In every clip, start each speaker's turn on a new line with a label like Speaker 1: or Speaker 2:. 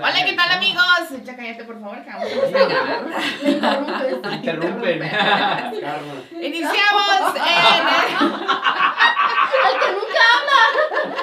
Speaker 1: Hola, ¿qué tal amigos? Ya cállate, por favor, que vamos a empezar a grabar.
Speaker 2: Me interrumpes.
Speaker 3: Te interrumpen. Karma.
Speaker 1: Iniciamos en,
Speaker 2: Al que nunca habla.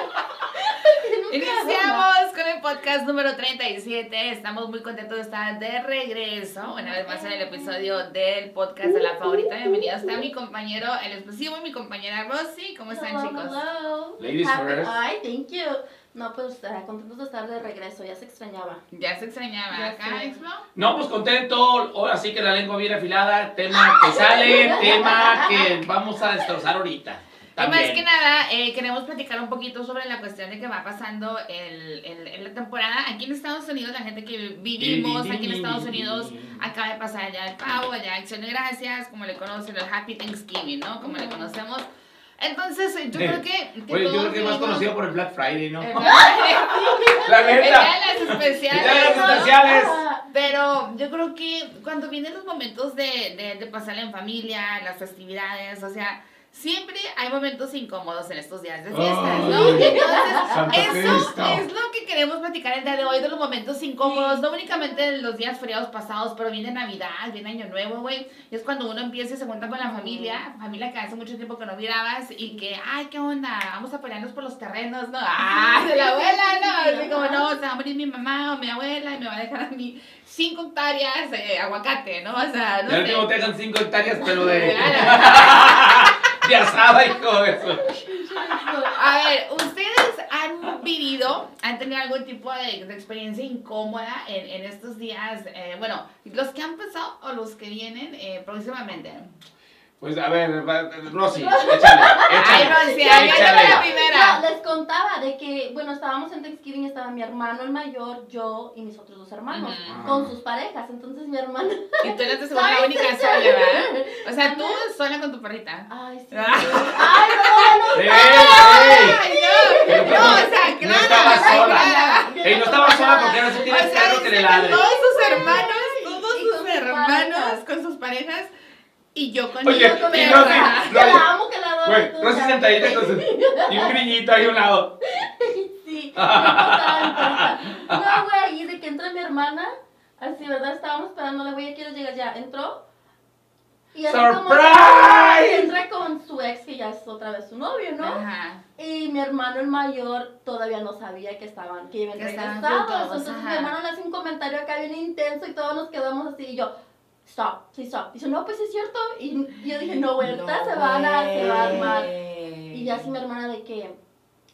Speaker 1: iniciamos con el podcast número 37. Estamos muy contentos de estar de regreso. Una vez más en el episodio del podcast de la favorita. Bienvenido. Está mi compañero, el exclusivo, mi compañera Rosy. ¿Cómo están, chicos?
Speaker 2: Hello.
Speaker 3: Ladies
Speaker 2: Happy-
Speaker 3: first.
Speaker 2: Ay, thank you. No, pues ah, contentos de estar de regreso, ya se extrañaba.
Speaker 1: Ya se extrañaba
Speaker 2: Ya
Speaker 1: acá,
Speaker 2: sé.
Speaker 1: Expo.
Speaker 3: No, pues contento. Ahora sí que la lengua bien afilada. Tema que sale, tema que vamos a destrozar ahorita.
Speaker 1: Y más
Speaker 3: También.
Speaker 1: que nada, eh, queremos platicar un poquito sobre la cuestión de que va pasando el, el- en la temporada. Aquí en Estados Unidos, la gente que vivimos aquí en Estados Unidos, acaba de pasar allá el pavo, allá acción de gracias, como le conocen, el Happy Thanksgiving, ¿no? Como le conocemos. Entonces, eh, yo
Speaker 3: Eh,
Speaker 1: creo que... que
Speaker 3: Oye, yo
Speaker 1: todos
Speaker 3: creo que más
Speaker 1: vivimos-
Speaker 3: conocido por el Black Friday, ¿no?
Speaker 1: El Black-
Speaker 3: La
Speaker 1: el
Speaker 3: neta.
Speaker 1: día de las
Speaker 3: El día de
Speaker 1: especiales,
Speaker 3: las
Speaker 1: ¿no?
Speaker 3: especiales. Sociales.
Speaker 2: Ah,
Speaker 1: Pero yo creo que cuando vienen los momentos de, de, de pasar en familia, las festividades, o sea, siempre hay momentos incómodos en estos días de fiestas, ¿no?
Speaker 3: Ay.
Speaker 1: Entonces,
Speaker 3: Santa
Speaker 1: eso
Speaker 3: fiesta.
Speaker 1: es lo que queremos platicar el día de hoy, de los momentos incómodos, no únicamente de los días feriados pasados, pero viene Navidad, viene Año Nuevo, güey, y es cuando uno empieza y se cuenta con la familia, familia que hace mucho tiempo que no mirabas y que, ay, ¿qué onda? Vamos a pelearnos por los terrenos, ¿no? Ah, de la abuela, ¿no? Así como, no, se va a morir mi mamá o mi abuela y me va a dejar a mí cinco hectáreas de aguacate, ¿no? O sea, no
Speaker 3: Ya último
Speaker 1: sé.
Speaker 3: te dejan 5 hectáreas, pero de.
Speaker 1: Claro.
Speaker 3: De asada, hijo de eso.
Speaker 1: A ver, ¿ustedes han vivido, han tenido algún tipo de, de experiencia incómoda en, en estos días? Eh, bueno, los que han pasado o los que vienen eh, próximamente.
Speaker 3: Pues a ver, va- Rosy, échale.
Speaker 1: Ay,
Speaker 3: échale.
Speaker 1: Rosy,
Speaker 3: échale.
Speaker 1: ay, échale la
Speaker 2: No,
Speaker 1: primera.
Speaker 2: les contaba de que, bueno, estábamos en Thanksgiving, estaba mi hermano el mayor, yo y mis otros dos hermanos,
Speaker 1: Ujú.
Speaker 2: con sus parejas. Entonces mi hermana.
Speaker 1: Y tú eres de segunda la única sola, ¿verdad? O sea, tú sola con tu perrita.
Speaker 2: Ay, sí.
Speaker 1: Ah.
Speaker 2: Ay, no, no.
Speaker 3: ¡Ey, ey!
Speaker 1: Ay, no, no, o sea,
Speaker 3: No estaba
Speaker 1: claro,
Speaker 3: sola.
Speaker 1: claro.
Speaker 3: Ey, no estaba sola porque ahora sí
Speaker 1: O sea,
Speaker 3: tienes carro que le
Speaker 1: dicen
Speaker 3: ladre.
Speaker 1: todos sus hermanos, todos
Speaker 2: Y
Speaker 1: sus,
Speaker 2: con sus
Speaker 1: hermanos
Speaker 2: parejas.
Speaker 1: con sus parejas y yo con
Speaker 3: Oye,
Speaker 1: mi
Speaker 3: y
Speaker 1: perra.
Speaker 3: Rosy, Rosy,
Speaker 2: Que la amo, que la adoro.
Speaker 3: Güey,
Speaker 2: tú,
Speaker 3: Rosy
Speaker 2: ya.
Speaker 3: sentadita con su... Y un griñito ahí a un lado.
Speaker 2: Sí, me tocaba, me tocaba. No, güey, y de que entra mi hermana, así, ¿verdad? Estábamos esperándole, güey, ya quiero llegar ya. Entró. Y así como
Speaker 3: ¡Surprise!
Speaker 2: entra con su ex, que ya es otra vez su novio, ¿no?
Speaker 1: Ajá.
Speaker 2: Y mi hermano, el mayor, todavía no sabía que estaban, que iban
Speaker 1: Que estaban
Speaker 2: regresados.
Speaker 1: juntos,
Speaker 2: Entonces
Speaker 1: ajá.
Speaker 2: mi hermano le hace un comentario acá bien intenso y todos nos quedamos así. Y yo, stop, sí, stop. Dice, no, pues sí es cierto. Y y yo dije, no, güey, ahorita se van a, se va a armar. Y ya así mi hermana de que,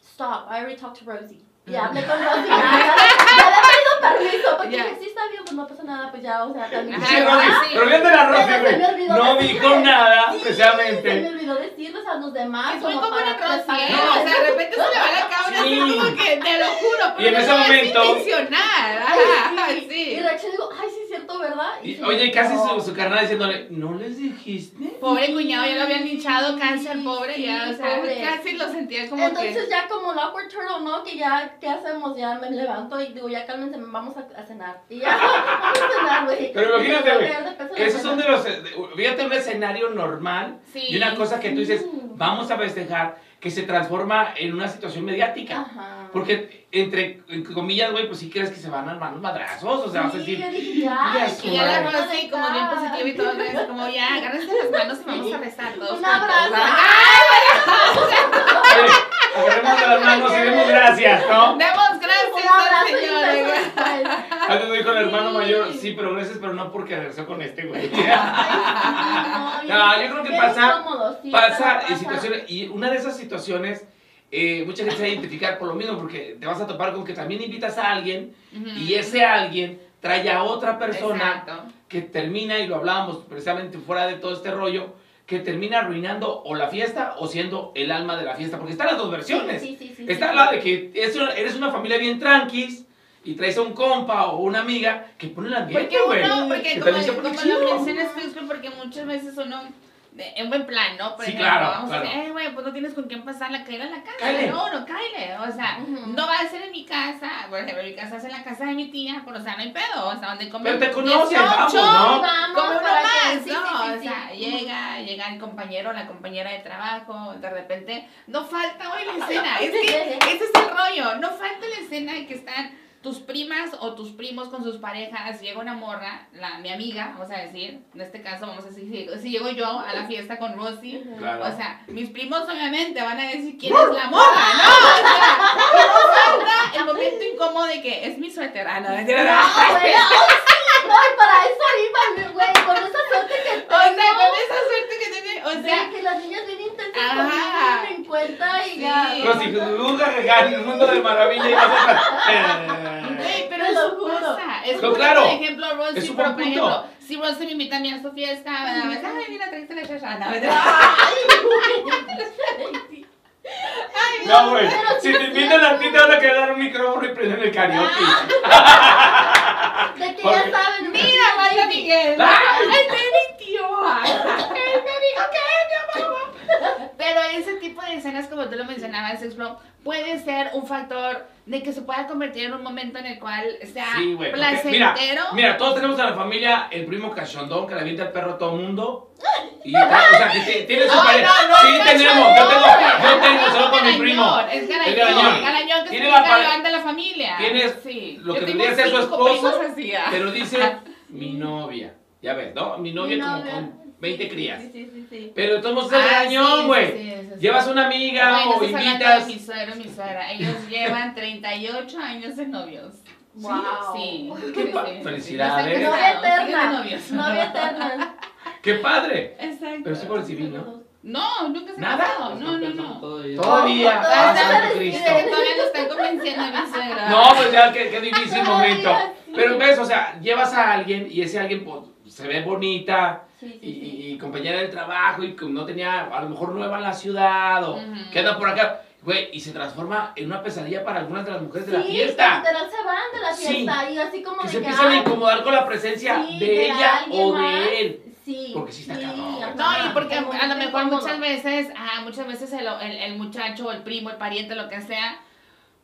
Speaker 2: stop, I already talked to Rosie. Ya hablé con Rosie, ya, ya, le- ya le he pedido permiso, porque
Speaker 1: Ya.
Speaker 2: dije, sí está bien, pues no pasa nada, pues ya, o sea, también.
Speaker 1: Ajá,
Speaker 3: Sí,
Speaker 1: Rosy,
Speaker 3: Rosy,
Speaker 1: sí.
Speaker 3: pero viendo la Rosy,
Speaker 2: ah, Pero se me
Speaker 3: güey.
Speaker 2: olvidó
Speaker 3: No
Speaker 2: decirle.
Speaker 3: dijo nada,
Speaker 2: Sí, Se me
Speaker 3: precisamente.
Speaker 2: olvidó decirles a los demás.
Speaker 1: Es muy
Speaker 2: como
Speaker 1: común en Rosy,
Speaker 2: para
Speaker 1: ¿eh?
Speaker 2: preparar.
Speaker 1: O sea, de repente se le va la cabra
Speaker 3: Sí.
Speaker 1: así como que, te lo juro,
Speaker 3: Y en
Speaker 1: pero
Speaker 3: ese
Speaker 1: no es
Speaker 3: momento-
Speaker 1: intencional.
Speaker 2: Ay,
Speaker 1: Ajá,
Speaker 2: sí. Y
Speaker 1: sí.
Speaker 2: reaccioné y digo, ay, sí es cierto, ¿verdad?
Speaker 3: Y,
Speaker 2: sí,
Speaker 3: oye, y casi
Speaker 2: no.
Speaker 3: su, su carnal diciéndole, ¿no les dijiste?
Speaker 1: Pobre cuñado, ya lo habían hinchado, cáncer, pobre,
Speaker 2: Sí,
Speaker 1: ya, o sea,
Speaker 2: pobre.
Speaker 1: casi lo sentía como
Speaker 2: Entonces
Speaker 1: que...
Speaker 2: ya como el awkward turtle, ¿no? Que ya, ¿qué hacemos? Ya me levanto y digo, ya cálmense, vamos a, a cenar. Y ya, vamos a cenar, güey.
Speaker 3: Pero imagínate, güey, Esos
Speaker 2: Esos
Speaker 3: son de los... de- Fíjate un escenario normal
Speaker 1: Sí.
Speaker 3: y una cosa que tú dices,
Speaker 2: Sí.
Speaker 3: vamos a festejar, que se transforma en una situación mediática.
Speaker 2: Ajá.
Speaker 3: Porque, entre comillas, güey, pues sí crees que se van a armar los madrazos, o sea, vas a
Speaker 2: Sí,
Speaker 3: decir...
Speaker 2: yo dije, ya,
Speaker 3: ya
Speaker 2: ay,
Speaker 3: su
Speaker 1: Y ya la
Speaker 3: madre.
Speaker 2: vamos a
Speaker 1: Rosy, como bien
Speaker 2: rezar.
Speaker 1: positiva y todo, le dice como ya, agárrense las manos y vamos a rezar todos.
Speaker 2: Un
Speaker 1: juntos". ¡Ah!
Speaker 2: abrazo.
Speaker 3: Oye, Agarremos de las manos y demos gracias, ¿no?
Speaker 1: Demos
Speaker 2: Un
Speaker 1: gracias al
Speaker 2: abrazo y un
Speaker 1: Señor.
Speaker 2: beso
Speaker 1: güey.
Speaker 2: después.
Speaker 3: Antes me dijo el hermano
Speaker 2: Sí.
Speaker 3: mayor, sí, pero gracias, pero no porque regresó con este, güey.
Speaker 2: Ay, sí,
Speaker 3: No,
Speaker 2: bien-
Speaker 3: yo creo que
Speaker 2: bien
Speaker 3: pasa-
Speaker 2: incómodo, sí,
Speaker 3: Pasa
Speaker 2: pero
Speaker 3: y situaciones, y una de esas situaciones, eh, mucha gente se va a identificar por lo mismo, porque te vas a topar con que también invitas a alguien y ese alguien trae a otra persona
Speaker 1: Exacto.
Speaker 3: que termina, y lo hablábamos precisamente fuera de todo este rollo, que termina arruinando o la fiesta o siendo el alma de la fiesta, porque están las dos versiones.
Speaker 2: Sí, sí, sí, sí,
Speaker 3: Está
Speaker 2: sí.
Speaker 3: la de que es una- eres una familia bien tranquis y traes a un compa o una amiga que pone el ambiente,
Speaker 1: Porque
Speaker 3: güey.
Speaker 1: uno, porque
Speaker 3: Que
Speaker 1: como,
Speaker 3: también se pone
Speaker 1: como
Speaker 3: chido.
Speaker 1: lo mencionas tú, Isla, porque muchas veces uno, de- en buen plan, ¿no? Por
Speaker 3: Sí,
Speaker 1: ejemplo,
Speaker 3: claro,
Speaker 1: vamos a
Speaker 3: claro.
Speaker 1: decir, eh, güey, pues no tienes con quién pasarla, caer a la casa.
Speaker 3: Cáele.
Speaker 1: No, no, cáele. O sea,
Speaker 2: Ujú.
Speaker 1: no va a ser en mi casa, por ejemplo, mi casa es en la casa de mi tía, pero o sea, no hay pedo, o sea, donde comen
Speaker 3: Pero te conocen, vamos,
Speaker 1: 18,
Speaker 3: ¿no?
Speaker 2: Sí, vamos
Speaker 1: como uno
Speaker 2: para que-
Speaker 1: más,
Speaker 2: sí,
Speaker 1: ¿no?
Speaker 2: sí, sí,
Speaker 1: o sea,
Speaker 2: sí.
Speaker 1: llega, llega el compañero, la compañera de trabajo, de repente, no falta hoy la escena, es que ese es el rollo, no falta la escena que están tus primas o tus primos con sus parejas, llega una morra, la, mi amiga, vamos a decir, en este caso vamos a decir, si, si llego yo a la fiesta con Rosy,
Speaker 3: Claro.
Speaker 1: o sea, mis primos obviamente van a decir quién es la morra, ¿no? O sea, no falta el momento incómodo de que es mi suéter, ah, no, mentira, no.
Speaker 2: Ah, güey, oh, sí, no, y para eso iban, güey, con esa suerte que
Speaker 1: O sea, con
Speaker 2: tengo.
Speaker 1: esa suerte que tiene, o
Speaker 2: sea,
Speaker 1: sea,
Speaker 2: que las niñas bien intensas
Speaker 1: Ajá.
Speaker 2: conmigo me en cuenta y
Speaker 1: Sí.
Speaker 2: ya.
Speaker 3: Pero si juzgas regal el mundo de maravilla y vas a...
Speaker 1: Güey, pero
Speaker 2: Te lo
Speaker 1: eso
Speaker 2: juro.
Speaker 1: pasa. Es
Speaker 3: No,
Speaker 1: como,
Speaker 3: claro.
Speaker 1: por ejemplo, Rosy,
Speaker 3: Es un
Speaker 1: pero
Speaker 3: buen
Speaker 1: por
Speaker 3: punto.
Speaker 1: ejemplo, si Rosy me invita a mí a su fiesta, me dice, ay, mira, trajiste la chacha. No, mentira. Ay,
Speaker 3: Eh, No, güey. Si te invitan a ti, te van a quedar un micrófono y prender el karaoke.
Speaker 1: Ah,
Speaker 2: De que
Speaker 3: Porque-
Speaker 2: ya saben,
Speaker 1: Mira, Marta Miguel.
Speaker 3: ¡Ah!
Speaker 1: ¡Ay, mi tío! ¡Ay, me dijo que es mi mamá! Pero ese tipo de escenas, como tú lo mencionabas, Explo, puede ser un factor de que se pueda convertir en un momento en el cual sea
Speaker 3: Sí, güey. porque Mira,
Speaker 1: placentero.
Speaker 3: mira, todos tenemos a la familia el primo cachondón que le avienta el perro a todo mundo. Y tal, o sea, que ti- tiene su
Speaker 1: Ay,
Speaker 3: pareja.
Speaker 1: no, no,
Speaker 3: sí,
Speaker 1: es
Speaker 3: tenemos. Yo tengo, yo tengo solo con mi
Speaker 1: Garañón,
Speaker 3: primo.
Speaker 1: Es
Speaker 3: Es
Speaker 1: garañón.
Speaker 3: garañón.
Speaker 1: Garañón que se
Speaker 3: Tiene la
Speaker 1: dedica a
Speaker 3: pare-
Speaker 1: levantar la familia.
Speaker 3: Tienes
Speaker 1: Sí.
Speaker 3: lo
Speaker 1: Yo
Speaker 3: que
Speaker 1: tengo
Speaker 3: debería ser su
Speaker 1: cinco
Speaker 3: esposo,
Speaker 1: primos así, ah.
Speaker 3: Te lo dice mi novia. Ya ves, ¿no? Mi novia como con 20 crías.
Speaker 2: Sí, sí, sí, sí.
Speaker 3: Pero de todos modos es
Speaker 1: Ah, sí,
Speaker 3: garañón,
Speaker 1: sí,
Speaker 3: güey.
Speaker 1: sí, sí, sí.
Speaker 3: Llevas una amiga
Speaker 1: Bueno,
Speaker 3: o
Speaker 1: estás hablando
Speaker 3: invitas.
Speaker 1: de mi suegro y mi suegra. Ellos llevan 38 años de novios.
Speaker 2: Wow.
Speaker 1: Sí.
Speaker 3: Qué
Speaker 1: sí,
Speaker 3: pa-
Speaker 1: sí, sí.
Speaker 3: felicidades.
Speaker 1: No se
Speaker 2: Novia
Speaker 1: han casado, siguen de
Speaker 2: eterna.
Speaker 1: novios.
Speaker 2: Novia eterna.
Speaker 3: ¡Qué padre!
Speaker 1: Exacto.
Speaker 3: Pero sí por el civil, ¿no?
Speaker 1: No, nunca se han
Speaker 3: Nada. Pues
Speaker 1: casado. No, no, no.
Speaker 4: Todavía.
Speaker 3: Todavía.
Speaker 1: Todavía
Speaker 3: Ah,
Speaker 1: se
Speaker 3: Santo
Speaker 2: despide.
Speaker 3: Cristo.
Speaker 1: Dice que todavía lo están convenciendo a mi suegra.
Speaker 3: No, pues ya, qué, qué difícil momento.
Speaker 2: Ay, sí.
Speaker 3: Pero ves, o sea, llevas a alguien y ese alguien pues, se ve bonita
Speaker 2: Sí, sí,
Speaker 3: y,
Speaker 2: sí.
Speaker 3: y- y compañera del trabajo y que no tenía, a lo mejor nueva en la ciudad o
Speaker 1: Ujú.
Speaker 3: que anda por acá, güey, y se transforma en una pesadilla para algunas de las mujeres de la
Speaker 2: Sí,
Speaker 3: fiesta.
Speaker 2: que literal se van de la
Speaker 3: Sí.
Speaker 2: fiesta y así como
Speaker 3: Que
Speaker 2: de
Speaker 3: se
Speaker 2: que,
Speaker 3: empiezan a
Speaker 2: ay,
Speaker 3: incomodar con la presencia
Speaker 2: sí,
Speaker 3: de
Speaker 2: de
Speaker 3: ella
Speaker 2: alguien
Speaker 3: o
Speaker 2: más.
Speaker 3: de él.
Speaker 2: Sí.
Speaker 3: Porque sí está
Speaker 2: sí,
Speaker 3: cabrón, güey.
Speaker 2: ajá,
Speaker 1: No, y porque
Speaker 2: como
Speaker 1: a lo
Speaker 2: que
Speaker 1: mejor
Speaker 2: Ah, incómodo.
Speaker 1: muchas veces, ah, muchas veces el, el, el muchacho, el primo, el pariente, lo que sea,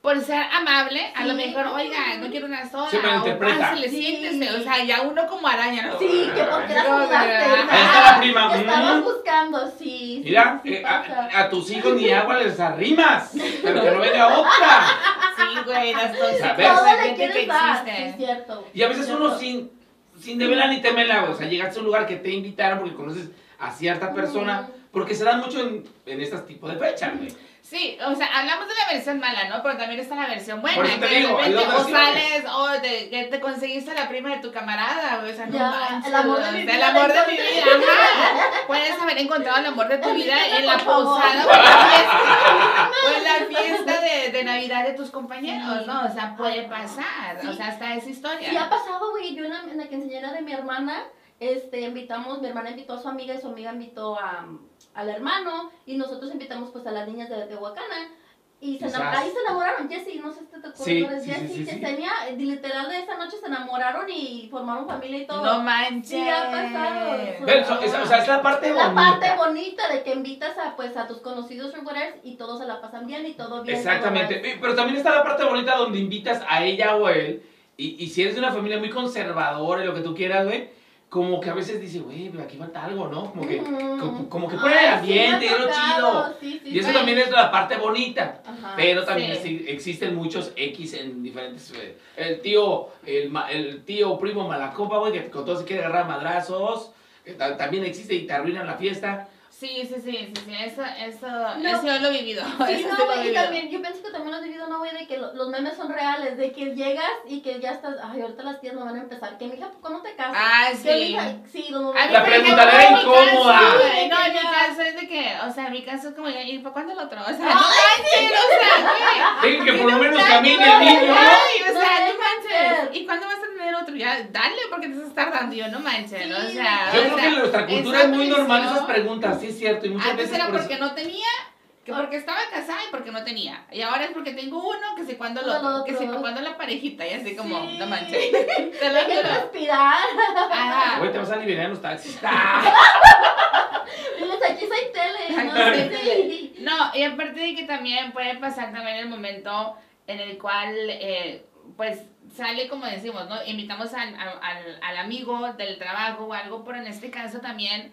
Speaker 1: por ser amable, a lo
Speaker 2: Sí.
Speaker 1: mejor, oiga, no quiero una sola,
Speaker 3: Se malinterpreta.
Speaker 1: o pásale,
Speaker 2: Sí.
Speaker 1: siéntese, o sea, ya uno como araña, ¿no?
Speaker 2: Sí, que porque las
Speaker 1: No,
Speaker 2: jugaste.
Speaker 1: ¿verdad?
Speaker 3: Ahí está la
Speaker 2: Ah,
Speaker 3: prima.
Speaker 2: que Estabas
Speaker 3: Mm.
Speaker 2: buscando, sí. sí,
Speaker 3: Mira,
Speaker 2: sí,
Speaker 3: eh,
Speaker 2: pasa.
Speaker 3: a, a tus hijos ni agua les arrimas, pero que no venga otra.
Speaker 1: Sí, güey, las
Speaker 3: A ver.
Speaker 1: tóxicas de
Speaker 2: Todo le
Speaker 1: gente que
Speaker 2: quieres dar. Sí,
Speaker 1: existe.
Speaker 2: es cierto.
Speaker 3: Y a veces
Speaker 2: Cierto.
Speaker 3: uno sin, sin deberla ni temerla, güey. O sea, llegaste a un lugar que te invitaron porque conoces a cierta persona, porque se da mucho en, en estas tipos de fechas, güey.
Speaker 1: Sí, o sea, hablamos de la versión mala, ¿no? Pero también está la versión buena.
Speaker 3: Por eso te
Speaker 1: que de
Speaker 3: digo, hay
Speaker 1: repente
Speaker 3: dos
Speaker 1: o
Speaker 3: versiones.
Speaker 1: sales, o de- que te conseguiste a la prima de tu camarada, güey, o sea, no
Speaker 2: Ya,
Speaker 1: manches,
Speaker 2: el amor de
Speaker 1: o
Speaker 2: mi
Speaker 1: sea, el
Speaker 2: vida
Speaker 1: amor de
Speaker 2: la
Speaker 1: mi
Speaker 2: encontré.
Speaker 1: vida, ajá. Puedes haber encontrado el amor de tu vida en la
Speaker 2: Por favor.
Speaker 1: posada o en la fiesta, o en la fiesta de, de Navidad de tus compañeros, ¿no? O sea, puede pasar, o sea, hasta esa
Speaker 2: Sí, ha
Speaker 1: historia.
Speaker 2: pasado, güey. Yo en la, en la quinceañera de mi hermana, este, invitamos, mi hermana invitó a su amiga y su amiga invitó a, al hermano y nosotros invitamos pues a las niñas de Tehuacana. Y se enam-
Speaker 3: Quizás.
Speaker 2: ahí se enamoraron, Jessy, no sé si te acuerdas,
Speaker 3: Sí, sí,
Speaker 2: Jessy,
Speaker 3: sí, sí, sí.
Speaker 2: Yesenia, eh, literal de esa noche se enamoraron y formaron familia y todo.
Speaker 1: No manches.
Speaker 2: Sí, ha pasado.
Speaker 3: Ves, o- es- o sea, es la parte
Speaker 2: Es la
Speaker 3: bonita.
Speaker 2: parte bonita de que invitas a pues a tus conocidos or whatever, y todos se la pasan bien y todo bien. todo
Speaker 3: Exactamente.
Speaker 2: bien.
Speaker 3: Eh, Pero también está la parte bonita donde invitas a ella o él. Y, y si eres de una familia muy conservadora y lo que tú quieras, güey, como que a veces dices, güey, pero aquí falta algo, ¿no? Como que,
Speaker 2: Ujú.
Speaker 3: como, como que
Speaker 2: Mm. Ay,
Speaker 3: pone el
Speaker 2: sí, me ha
Speaker 3: ambiente, es lo
Speaker 2: tocado,
Speaker 3: chido.
Speaker 2: sí, sí,
Speaker 3: Y eso
Speaker 2: sí.
Speaker 3: también es la parte bonita.
Speaker 2: Ajá.
Speaker 3: Pero también
Speaker 1: Ah, sí.
Speaker 3: exi- existen muchos X en diferentes. eh, El tío, el, ma- el tío primo malacopa, güey, que con todo se quiere agarrar a madrazos. eh, ta- También existe y te arruinan la fiesta.
Speaker 1: Sí, sí, sí, sí, sí, eso, eso,
Speaker 2: No.
Speaker 1: eso yo lo he vivido.
Speaker 2: Sí,
Speaker 1: eso
Speaker 2: no,
Speaker 1: sí lo he
Speaker 2: güey, y
Speaker 1: vivido.
Speaker 2: también, yo pienso que también lo has vivido, no, güey, de que lo- los memes son reales, de que llegas y que ya estás, ay, ahorita las tías no van a empezar, que mi hija, ¿cuándo te casas?
Speaker 1: Ah,
Speaker 2: Que,
Speaker 1: sí. Ah,
Speaker 2: "Mija, sí, los
Speaker 1: A
Speaker 2: momentos-
Speaker 1: mí,
Speaker 3: La
Speaker 1: por
Speaker 3: pregunta
Speaker 1: ejemplo,
Speaker 3: era
Speaker 1: en mi
Speaker 3: incómoda.
Speaker 1: caso, güey,
Speaker 2: Sí,
Speaker 1: no, en mi
Speaker 2: ya.
Speaker 1: caso es de que, o sea, en mi caso es como, ¿y para cuándo el otro? O sea, no manches, o sea, güey.
Speaker 3: Dejen que por lo menos
Speaker 1: Ay,
Speaker 3: camine
Speaker 1: no,
Speaker 3: el niño.
Speaker 1: ay, o
Speaker 2: No
Speaker 1: sea, no
Speaker 2: dejes
Speaker 1: manches.
Speaker 2: ser.
Speaker 1: ¿Y cuándo vas a tener otro? Ya, dale, porque te estás tardando. Y Yo, no manches,
Speaker 2: Sí,
Speaker 1: o sea.
Speaker 3: Yo
Speaker 1: o
Speaker 3: creo
Speaker 1: sea,
Speaker 3: que en nuestra cultura
Speaker 1: esa
Speaker 3: es muy normal
Speaker 1: presión.
Speaker 3: esas preguntas, sí es cierto. Y muchas
Speaker 1: Antes
Speaker 3: veces
Speaker 1: era
Speaker 3: por eso-
Speaker 1: porque no tenía, que porque estaba casada y porque no tenía. Y ahora es porque tengo uno, que sé cuándo el
Speaker 2: Cuándo el
Speaker 1: otro, que sé
Speaker 2: otro.
Speaker 1: cuándo la parejita. Y así como,
Speaker 2: Sí.
Speaker 1: no manches. Te lo
Speaker 2: Dejen
Speaker 1: juro.
Speaker 2: respirar.
Speaker 1: Ajá.
Speaker 3: Güey, te vas a liberar en los taxis.
Speaker 2: Diles, aquí soy tele. ¿no?
Speaker 1: Aquí soy
Speaker 2: Sí,
Speaker 1: tele.
Speaker 2: sí.
Speaker 1: No, y aparte de que también puede pasar también el momento en el cual, eh, pues, sale como decimos, ¿no? Invitamos al, al, al- al amigo del trabajo o algo, pero en este caso también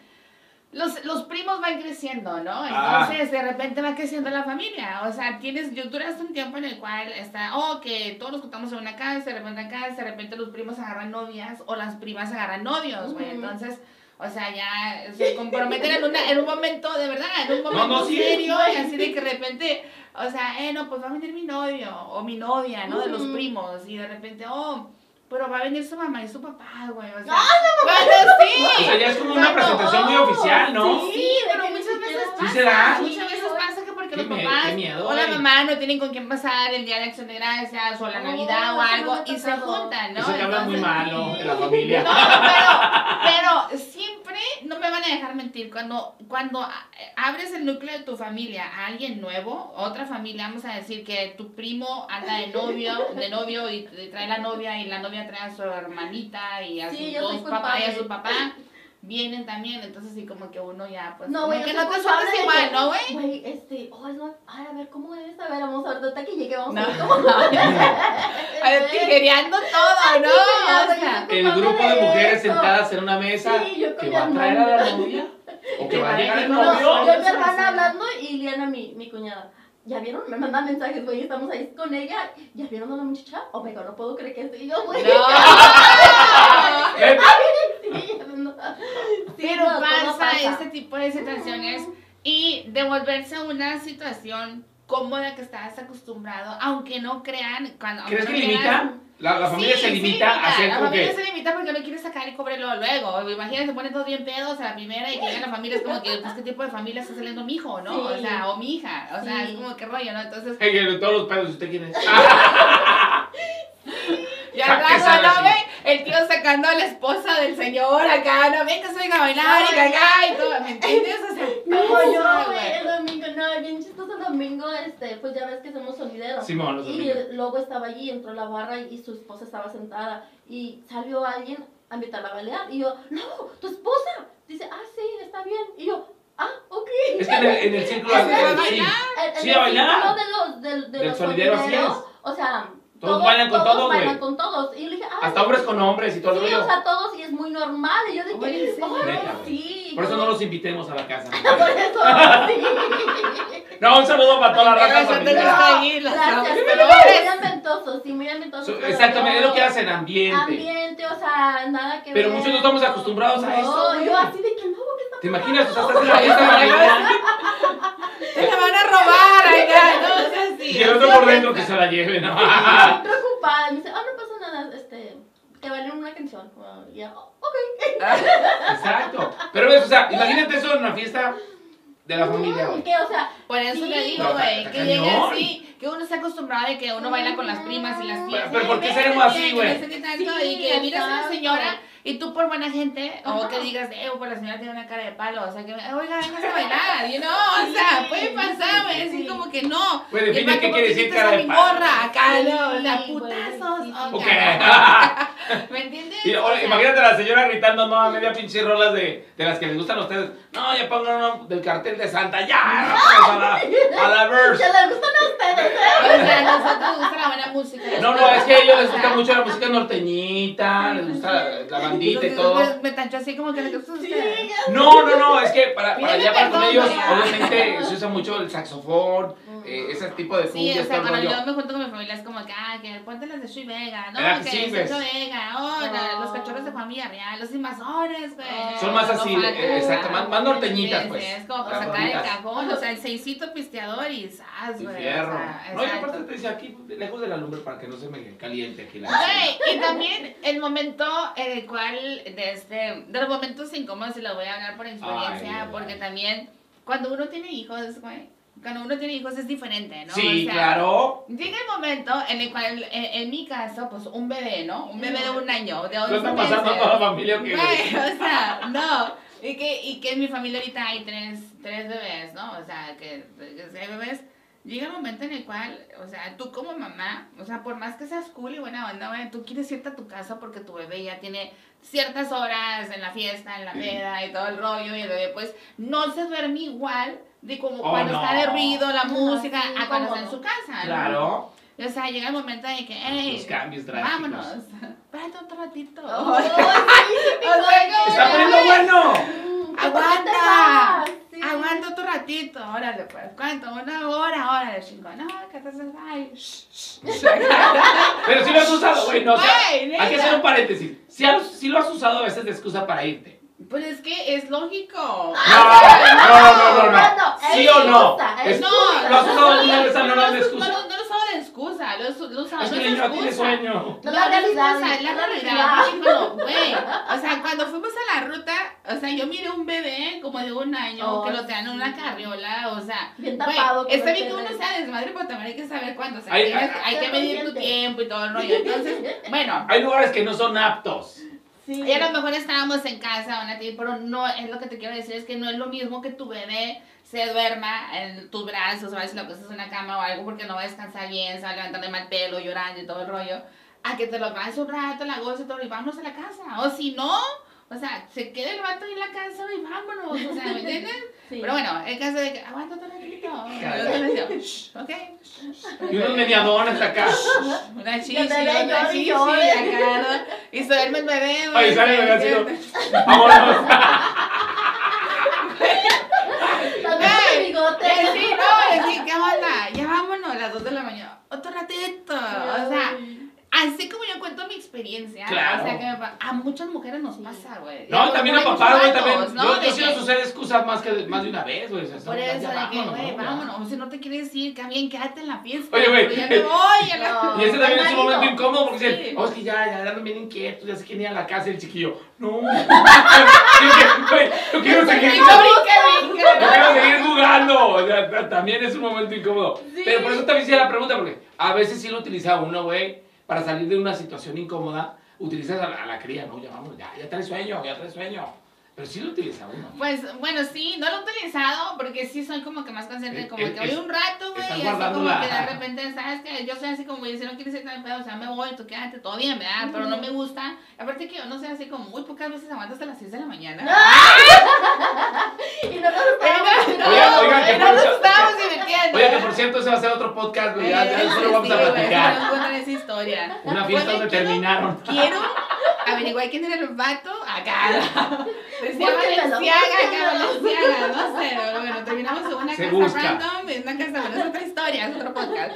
Speaker 1: los, los primos van creciendo, ¿no? Entonces, de repente va creciendo la familia. O sea, tienes, yo duraste un tiempo en el cual está, oh, que todos nos juntamos en una casa, de repente acá, de repente los primos agarran novias o las primas agarran novios, güey.
Speaker 2: Ujú.
Speaker 1: Entonces, o sea, ya se comprometen en, una, en un momento, de verdad, en un momento
Speaker 3: no, sí.
Speaker 1: serio, y así de que de repente, o sea, eh, no, pues va a venir mi novio o mi novia, ¿no? De los
Speaker 2: Ujú.
Speaker 1: primos. Y de repente, oh, pero va a venir su mamá y su papá, güey. O sea,
Speaker 2: Ah,
Speaker 1: bueno, sí.
Speaker 3: O sea, ya es como una presentación muy oficial, ¿no?
Speaker 1: Sí, pero muchas veces pasa.
Speaker 3: ¿Sí se da?
Speaker 1: Muchas veces pasa que porque
Speaker 3: Qué
Speaker 1: los
Speaker 3: me-
Speaker 1: papás
Speaker 3: qué miedo,
Speaker 1: o la
Speaker 3: ay.
Speaker 1: mamá no tienen con quién pasar el día de acción de gracias o la
Speaker 2: Oh,
Speaker 1: Navidad o
Speaker 2: eso no
Speaker 1: algo
Speaker 2: me ha
Speaker 1: y se
Speaker 2: tocado.
Speaker 1: juntan, ¿no?
Speaker 3: Eso que habla muy
Speaker 1: Entonces-
Speaker 3: malo de la
Speaker 1: No,
Speaker 3: familia.
Speaker 1: pero, pero siempre no me van a dejar mentir. Cuando, cuando a- abres el núcleo de tu familia a alguien nuevo, otra familia, vamos a decir que tu primo anda de novio, de novio y te trae la novia y la novia trae a su hermanita y a
Speaker 2: Sí,
Speaker 1: sus
Speaker 2: yo soy
Speaker 1: dos papás y a
Speaker 2: culpable.
Speaker 1: su papá. Vienen también, entonces sí como que uno ya pues
Speaker 2: No,
Speaker 1: como
Speaker 2: güey,
Speaker 1: que
Speaker 2: yo
Speaker 1: no
Speaker 2: soy
Speaker 1: te
Speaker 2: culpable
Speaker 1: sueltes
Speaker 2: de
Speaker 1: igual,
Speaker 2: que-
Speaker 1: ¿no, güey?
Speaker 2: Güey, este, oh, es lo- ay, a ver, ¿cómo debes saber? Vamos a ver, ahorita que llegue, vamos
Speaker 1: No.
Speaker 2: a ver cómo
Speaker 1: A ver, tijereando todo, ¿no? O sea,
Speaker 3: El grupo de mujeres sentadas en una mesa
Speaker 2: Sí, yo con
Speaker 3: que
Speaker 2: mi
Speaker 3: va a traer a la
Speaker 2: hermana.
Speaker 3: novia o que
Speaker 1: Que
Speaker 3: va
Speaker 1: va
Speaker 3: a
Speaker 1: a
Speaker 3: llegar el
Speaker 1: llegar con
Speaker 2: No,
Speaker 1: los
Speaker 2: yo
Speaker 3: novio.
Speaker 2: mi
Speaker 1: Vamos a
Speaker 2: hermana
Speaker 1: hacer.
Speaker 2: hablando y Liana, mi, mi cuñada. ¿Ya vieron? Me mandan mensajes, güey, estamos ahí con ella. ¿Ya vieron a la muchacha? Oh my god, no puedo creer que estoy yo, güey.
Speaker 1: No.
Speaker 3: Eh,
Speaker 2: Sí, no. Sí,
Speaker 1: Pero
Speaker 2: no, todo
Speaker 1: pasa, este tipo de situaciones y devolverse a una situación cómoda que estabas acostumbrado, aunque no crean cuando
Speaker 3: ¿Crees que
Speaker 1: aunque no crean-
Speaker 3: limita? La, la familia
Speaker 1: Sí,
Speaker 3: se
Speaker 1: sí
Speaker 3: limita a hacer
Speaker 1: La
Speaker 3: como
Speaker 1: familia
Speaker 3: que.
Speaker 1: se limita porque no quiere sacar y cobrarlo luego. Imagínate, se ponen todos bien pedos a la primera y que llega la familia, es como que, pues, ¿qué tipo de familia está saliendo mi hijo, no? O
Speaker 2: Sí.
Speaker 1: sea, o mi hija. O sea,
Speaker 2: Sí.
Speaker 1: es como que rollo, ¿no? Entonces,
Speaker 3: "Hey, de todos los pedos, ¿usted quién es?
Speaker 1: Ya
Speaker 3: Pa' que
Speaker 1: rato,
Speaker 3: salga
Speaker 1: ¿no ve? El tío sacando a la esposa del señor acá, no ve que se venga a bailar y cagá y todo, ¿me entiendes? O sea,
Speaker 2: Mm, No,
Speaker 1: todo
Speaker 2: yo,
Speaker 1: eso,
Speaker 2: güey,
Speaker 1: güey.
Speaker 2: el domingo, no, bien chistoso el domingo, este, pues ya ves que somos sonideros.
Speaker 3: Simón, los
Speaker 2: Y
Speaker 3: domingos.
Speaker 2: el lobo estaba allí, entró a la barra y su esposa estaba sentada. Y salió alguien a invitarla a bailar. Y yo, no, tu esposa. Dice, ah, sí, está bien. Y yo, ah, ok.
Speaker 3: Es que en el, en el círculo.
Speaker 2: Es que
Speaker 3: eh,
Speaker 1: no
Speaker 3: sí.
Speaker 1: bailan.
Speaker 2: En- en
Speaker 3: sí, a
Speaker 2: el
Speaker 3: bailar.
Speaker 2: círculo de los, de, de
Speaker 3: Del
Speaker 2: los
Speaker 3: sonidero, así
Speaker 2: sonideros,
Speaker 3: es.
Speaker 2: O sea,
Speaker 3: Todos bailan con todos,
Speaker 2: Todos bailan
Speaker 3: güey.
Speaker 2: con todos. Y yo le dije, ah,
Speaker 3: Hasta hombres con hombres y todo el
Speaker 2: sí,
Speaker 3: rollo.
Speaker 2: o sea, todos y es muy normal. Y yo dije,
Speaker 1: Güey, sí.
Speaker 2: "Ay,
Speaker 3: Neta, güey.
Speaker 2: sí.
Speaker 3: Por eso no
Speaker 2: yo-
Speaker 3: los invitemos a la casa.
Speaker 2: Por eso, sí.
Speaker 3: No, un saludo para toda la
Speaker 1: Pero
Speaker 3: raza
Speaker 1: eso te
Speaker 3: familiar.
Speaker 1: gusta ir, las
Speaker 2: Gracias,
Speaker 1: abuelas.
Speaker 2: pero muy ambientosos, sí, muy ambientosos.
Speaker 3: So-
Speaker 2: pero
Speaker 3: Exactamente, es
Speaker 2: no.
Speaker 3: lo que hacen, ambiente.
Speaker 2: Ambiente, o sea, nada que
Speaker 3: Pero
Speaker 2: ver.
Speaker 3: muchos no estamos acostumbrados a
Speaker 2: No,
Speaker 3: eso, güey.
Speaker 2: yo así de que no, que está
Speaker 3: ¿Te imaginas? O sea, estás en la fiesta de Navidad
Speaker 1: Te la van a robar acá, ¿no? O sea, sí.
Speaker 3: y el otro por dentro que se la lleve, ¿no?
Speaker 2: bien preocupada. Me dice, ah, no pasa nada, este, te valen una canción. Ah, Y ya, oh, ok.
Speaker 3: Exacto. Pero ves, o sea, imagínate eso en una fiesta de la familia, güey.
Speaker 2: Que, o sea,
Speaker 1: Por eso le
Speaker 2: Sí.
Speaker 1: digo,
Speaker 3: Pero
Speaker 1: güey,
Speaker 3: está
Speaker 1: que llegue
Speaker 3: cañón.
Speaker 1: así, que uno está acostumbrado de que uno baila con las primas y las tías.
Speaker 3: Pero- pero ¿por qué
Speaker 1: Ay,
Speaker 3: seremos
Speaker 1: vete,
Speaker 3: así,
Speaker 1: que
Speaker 3: güey?
Speaker 1: no sé qué tanto,
Speaker 2: Sí,
Speaker 1: y que miras a una
Speaker 2: exacto.
Speaker 1: señora y tú por buena gente, o
Speaker 2: Ajá.
Speaker 1: que digas, eh, pues la señora tiene una cara de palo, o sea, que, "Ay, oiga, vengas a bailar, y no, o sea,
Speaker 2: Sí,
Speaker 1: puede pasar, güey, así
Speaker 2: sí.
Speaker 1: como que no.
Speaker 3: Güey,
Speaker 1: Y el
Speaker 3: define
Speaker 1: vato,
Speaker 3: qué
Speaker 1: "¿Por
Speaker 3: quiere decir
Speaker 1: quitas a
Speaker 3: cara de
Speaker 1: mi
Speaker 3: palo.
Speaker 1: morra acá, no,
Speaker 2: Sí,
Speaker 1: la
Speaker 2: güey,
Speaker 1: putazos,
Speaker 2: sí, sí,
Speaker 1: o
Speaker 3: Ok.
Speaker 1: sea, ¿me entiendes?
Speaker 3: Y
Speaker 1: O
Speaker 3: ahora,
Speaker 1: sea,
Speaker 3: imagínate a la señora gritando, no, a media pinche rolas de, de las que les gustan a ustedes. No, ya pongan uno del cartel de Santa, ya, a la, a la verse.
Speaker 2: se les gustan a ustedes, ¿eh?
Speaker 1: O sea, a nosotros nos gusta la buena música.
Speaker 3: No, no, es que a ellos les
Speaker 1: O sea,
Speaker 3: gusta mucho la música norteñita, les gusta la, la bandita y todo.
Speaker 1: pues, Me, me tachó así como que le gusta a ustedes.
Speaker 2: Sí.
Speaker 3: No, no, no, es que para, para
Speaker 1: Pídeme
Speaker 3: allá, para con
Speaker 1: perdón,
Speaker 3: ellos,
Speaker 1: María.
Speaker 3: obviamente se usa mucho el saxofón, eh, ese tipo de
Speaker 1: Sí,
Speaker 3: cumbias,
Speaker 1: o sea,
Speaker 3: todo
Speaker 1: cuando
Speaker 3: el rollo.
Speaker 1: yo me junto con mi familia es como que, ah, que ponte las de Shui Vega,
Speaker 3: Ah,
Speaker 1: no,
Speaker 3: que
Speaker 1: que
Speaker 3: sí,
Speaker 1: Sergio
Speaker 3: ves.
Speaker 1: Vega, oh, la- los cachorros de familia real, los invasores, güey.
Speaker 3: Ah, Son más
Speaker 1: No
Speaker 3: así,
Speaker 1: faltan.
Speaker 3: eh, exacto, más- más norteñitas,
Speaker 1: Sí,
Speaker 3: pues,
Speaker 1: sí, Es como para
Speaker 3: las
Speaker 1: sacar el
Speaker 3: gorditas.
Speaker 1: cajón, o sea, el seisito pisteador y sas,
Speaker 3: Y
Speaker 1: güey. o
Speaker 3: fierro.
Speaker 1: sea,
Speaker 3: No, y
Speaker 1: exacto.
Speaker 3: aparte te dice aquí, lejos de la lumbre para que no se me caliente aquí la
Speaker 1: Güey, y también el momento en el cual, de, este, de los momentos incómodos, y lo voy a hablar por experiencia,
Speaker 3: Ay, ay,
Speaker 1: porque
Speaker 3: ay.
Speaker 1: también cuando uno tiene hijos, güey, cuando uno tiene hijos es diferente, ¿no?
Speaker 3: Sí,
Speaker 1: O sea,
Speaker 3: claro.
Speaker 1: Llega el momento en el cual, en, en mi caso, pues un bebé, ¿no? Un bebé de un año, de
Speaker 3: Lo
Speaker 1: 11
Speaker 3: está
Speaker 1: meses.
Speaker 3: pasando a toda la familia. ¿o qué, güey?
Speaker 1: Güey, o sea, no. Y que, y que en mi familia ahorita hay tres, tres bebés, ¿no? O sea, que, que si hay bebés. Llega el momento en el cual, o sea, tú como mamá, o sea, por más que seas cool y buena onda, güey, tú quieres irte a tu casa porque tu bebé ya tiene ciertas horas en la fiesta, en la peda y todo el rollo, y el bebé pues no se duerme igual de como
Speaker 3: Oh,
Speaker 1: cuando está de
Speaker 3: no.
Speaker 1: ruido, la
Speaker 2: No,
Speaker 1: música,
Speaker 2: sí,
Speaker 1: a cuando está
Speaker 2: cómo
Speaker 1: en su casa, ¿no?
Speaker 3: Claro.
Speaker 1: O sea, llega el momento de que, hey,
Speaker 3: Los cambios drásticos.
Speaker 1: vámonos, párate otro ratito.
Speaker 2: Oh, sí, sí,
Speaker 1: O sea,
Speaker 2: sí,
Speaker 3: ¡Está
Speaker 2: sí.
Speaker 3: poniendo bueno!
Speaker 2: Mm,
Speaker 1: A aguanta.
Speaker 2: ¿por qué te vas? Sí.
Speaker 1: Aguanta otro ratito, órale, pues. ¿Cuánto? Una hora, órale, chingón. No, que estás en ay. shh, shh.
Speaker 3: Pero si lo has usado, güey, no, o sea,
Speaker 1: Güey, neta.
Speaker 3: hay que hacer un paréntesis. Si, has- si lo has usado a veces de excusa para irte.
Speaker 1: Pues es que es lógico.
Speaker 3: No, no, no, no, no.
Speaker 2: Fernando,
Speaker 3: ¿Sí
Speaker 2: es
Speaker 3: o no?
Speaker 2: excusa,
Speaker 3: Es-
Speaker 2: es-
Speaker 1: No,
Speaker 3: lo has usado
Speaker 1: no,
Speaker 3: alguna vez
Speaker 1: no,
Speaker 3: al
Speaker 1: no,
Speaker 3: normal
Speaker 1: no,
Speaker 3: de excusa.
Speaker 1: No, no lo usaba de excusa, lo he lo usaba.
Speaker 3: Es que
Speaker 1: no
Speaker 3: el niño tiene
Speaker 1: excusa.
Speaker 3: sueño.
Speaker 1: No,
Speaker 2: La
Speaker 1: no es
Speaker 2: realidad,
Speaker 1: excusa, es la
Speaker 2: la
Speaker 1: realidad,
Speaker 2: realidad.
Speaker 1: hijo, güey. O sea, cuando fuimos a la ruta, o sea, yo miré un bebé como de un año
Speaker 2: Oh,
Speaker 1: que lo traen en una
Speaker 2: sí.
Speaker 1: carriola, o sea,
Speaker 2: Bien
Speaker 1: güey,
Speaker 2: tapado. con
Speaker 1: está
Speaker 2: el
Speaker 1: bien que
Speaker 2: pelo.
Speaker 1: uno sea desmadre, pero también hay que saber cuándo, o sea,
Speaker 3: Ay, ah,
Speaker 1: tienes-
Speaker 3: ay,
Speaker 1: hay,
Speaker 2: ay.
Speaker 1: que medir tu
Speaker 2: Consciente.
Speaker 1: tiempo y todo el rollo. Entonces, bueno,
Speaker 3: Hay lugares que no son aptos.
Speaker 2: Sí.
Speaker 1: y a lo mejor estábamos en casa, una tía, pero no, es lo que te quiero decir, es que no es lo mismo que tu bebé se duerma en tus brazos, o a veces lo pones en una cama o algo porque no va a descansar bien, se va a levantar de mal pelo, llorando y todo el rollo, a que te lo pases un rato, la goza y todo, y vámonos a la casa, o si no, o sea, se queda el vato ahí en la casa y vámonos, o sea, ¿me entiendes?
Speaker 2: Sí.
Speaker 1: Pero bueno, el caso de que aguanta un ratito, yo te decía, "Shh, ok, shh,
Speaker 3: Y unos mediadones acá.
Speaker 1: una chichi,
Speaker 2: el
Speaker 1: otra
Speaker 2: bebé llore y
Speaker 1: chichi,
Speaker 2: llore.
Speaker 1: acá, ¿no? y se duerme el bebé,
Speaker 3: Ay,
Speaker 1: güey,
Speaker 3: sale el
Speaker 1: ¿me
Speaker 3: bebé así,
Speaker 1: entiendes?
Speaker 3: ¿no? Vámonos.
Speaker 2: También
Speaker 1: Ey,
Speaker 2: el bigote.
Speaker 1: Eh, Sí, no, es que, ¿qué onda? Ya vámonos a las 2 de la mañana. Otro ratito. O sea, así como yo cuento mi experiencia.
Speaker 3: Claro.
Speaker 1: O sea, que me pa- a muchas mujeres nos pasa, güey. Y
Speaker 3: No,
Speaker 1: lo
Speaker 3: también a
Speaker 1: mejor hay
Speaker 3: papá, güey,
Speaker 1: muchos
Speaker 3: también.
Speaker 1: vatos, ¿no?
Speaker 3: Yo, yo
Speaker 1: De
Speaker 3: sí
Speaker 1: que-
Speaker 3: nos usé de excusas más, que, más de una vez, güey. o sea,
Speaker 1: Por
Speaker 3: ya
Speaker 1: eso, de que,
Speaker 3: vámonos,
Speaker 1: güey,
Speaker 3: ¿no? Ya.
Speaker 1: vámonos. Si no te quieres ir, que bien, quédate en la fiesta.
Speaker 3: Oye, güey,
Speaker 1: pero Ya
Speaker 3: eh,
Speaker 1: me voy. ya la-
Speaker 2: no.
Speaker 3: Y ese también es un
Speaker 2: Marido.
Speaker 3: momento incómodo porque
Speaker 1: Sí.
Speaker 3: dicen, oh, es que ya, ya andan bien inquietos, ya se quieren ir a la casa y el chiquillo. No. Yo que- güey, yo quiero
Speaker 1: Que
Speaker 3: seguir.
Speaker 1: brinque, brinque,
Speaker 3: Yo quiero seguir jugando. O sea, ta- también es un momento incómodo.
Speaker 2: Sí.
Speaker 3: Pero por eso también hice la pregunta, porque a veces sí lo utiliza uno, güey, para salir de una situación incómoda. Utilizas a la, a la cría, ¿no? Ya vamos, ya, ya trae sueño, ya trae sueño. Pero sí lo utiliza uno.
Speaker 1: Pues bueno, sí, no lo he utilizado porque sí soy como que más consciente,
Speaker 3: Eh,
Speaker 1: como
Speaker 3: eh,
Speaker 1: que voy
Speaker 3: es-
Speaker 1: un rato, güey,
Speaker 3: estás
Speaker 1: y así como
Speaker 3: guardándola.
Speaker 1: que de repente, ¿sabes que Yo soy así como, güey, si no quieres ir tan pedo, o sea, me voy, tú quédate, todo bien, ¿verdad? Pero no me gusta. Aparte que yo no sé, así como muy pocas veces aguanto hasta las 6 de la mañana.
Speaker 2: Y no nos estábamos
Speaker 3: Oigan,
Speaker 1: Oiga,
Speaker 2: mirando.
Speaker 3: oigan, que
Speaker 1: no nos
Speaker 3: por-
Speaker 1: estamos divirtiendo.
Speaker 3: Oye, que por cierto, ese va a ser otro podcast, güey. Ya, ya
Speaker 1: Eh,
Speaker 3: eso lo vamos a
Speaker 1: sí, güey,
Speaker 3: platicar.
Speaker 1: no encuentran esa historia.
Speaker 3: Una fiesta
Speaker 1: Oye,
Speaker 3: donde
Speaker 1: quiero-
Speaker 3: terminaron.
Speaker 1: Quiero averiguar quién era el vato acá. Decía
Speaker 2: Búsquenlo,
Speaker 1: Valenciaga, acá
Speaker 2: búsquenlo.
Speaker 1: Valenciaga, no sé. Pero bueno, terminamos en una
Speaker 3: Se
Speaker 1: casa
Speaker 3: busca.
Speaker 1: random, en una casa, bueno, es otra historia, es otro podcast.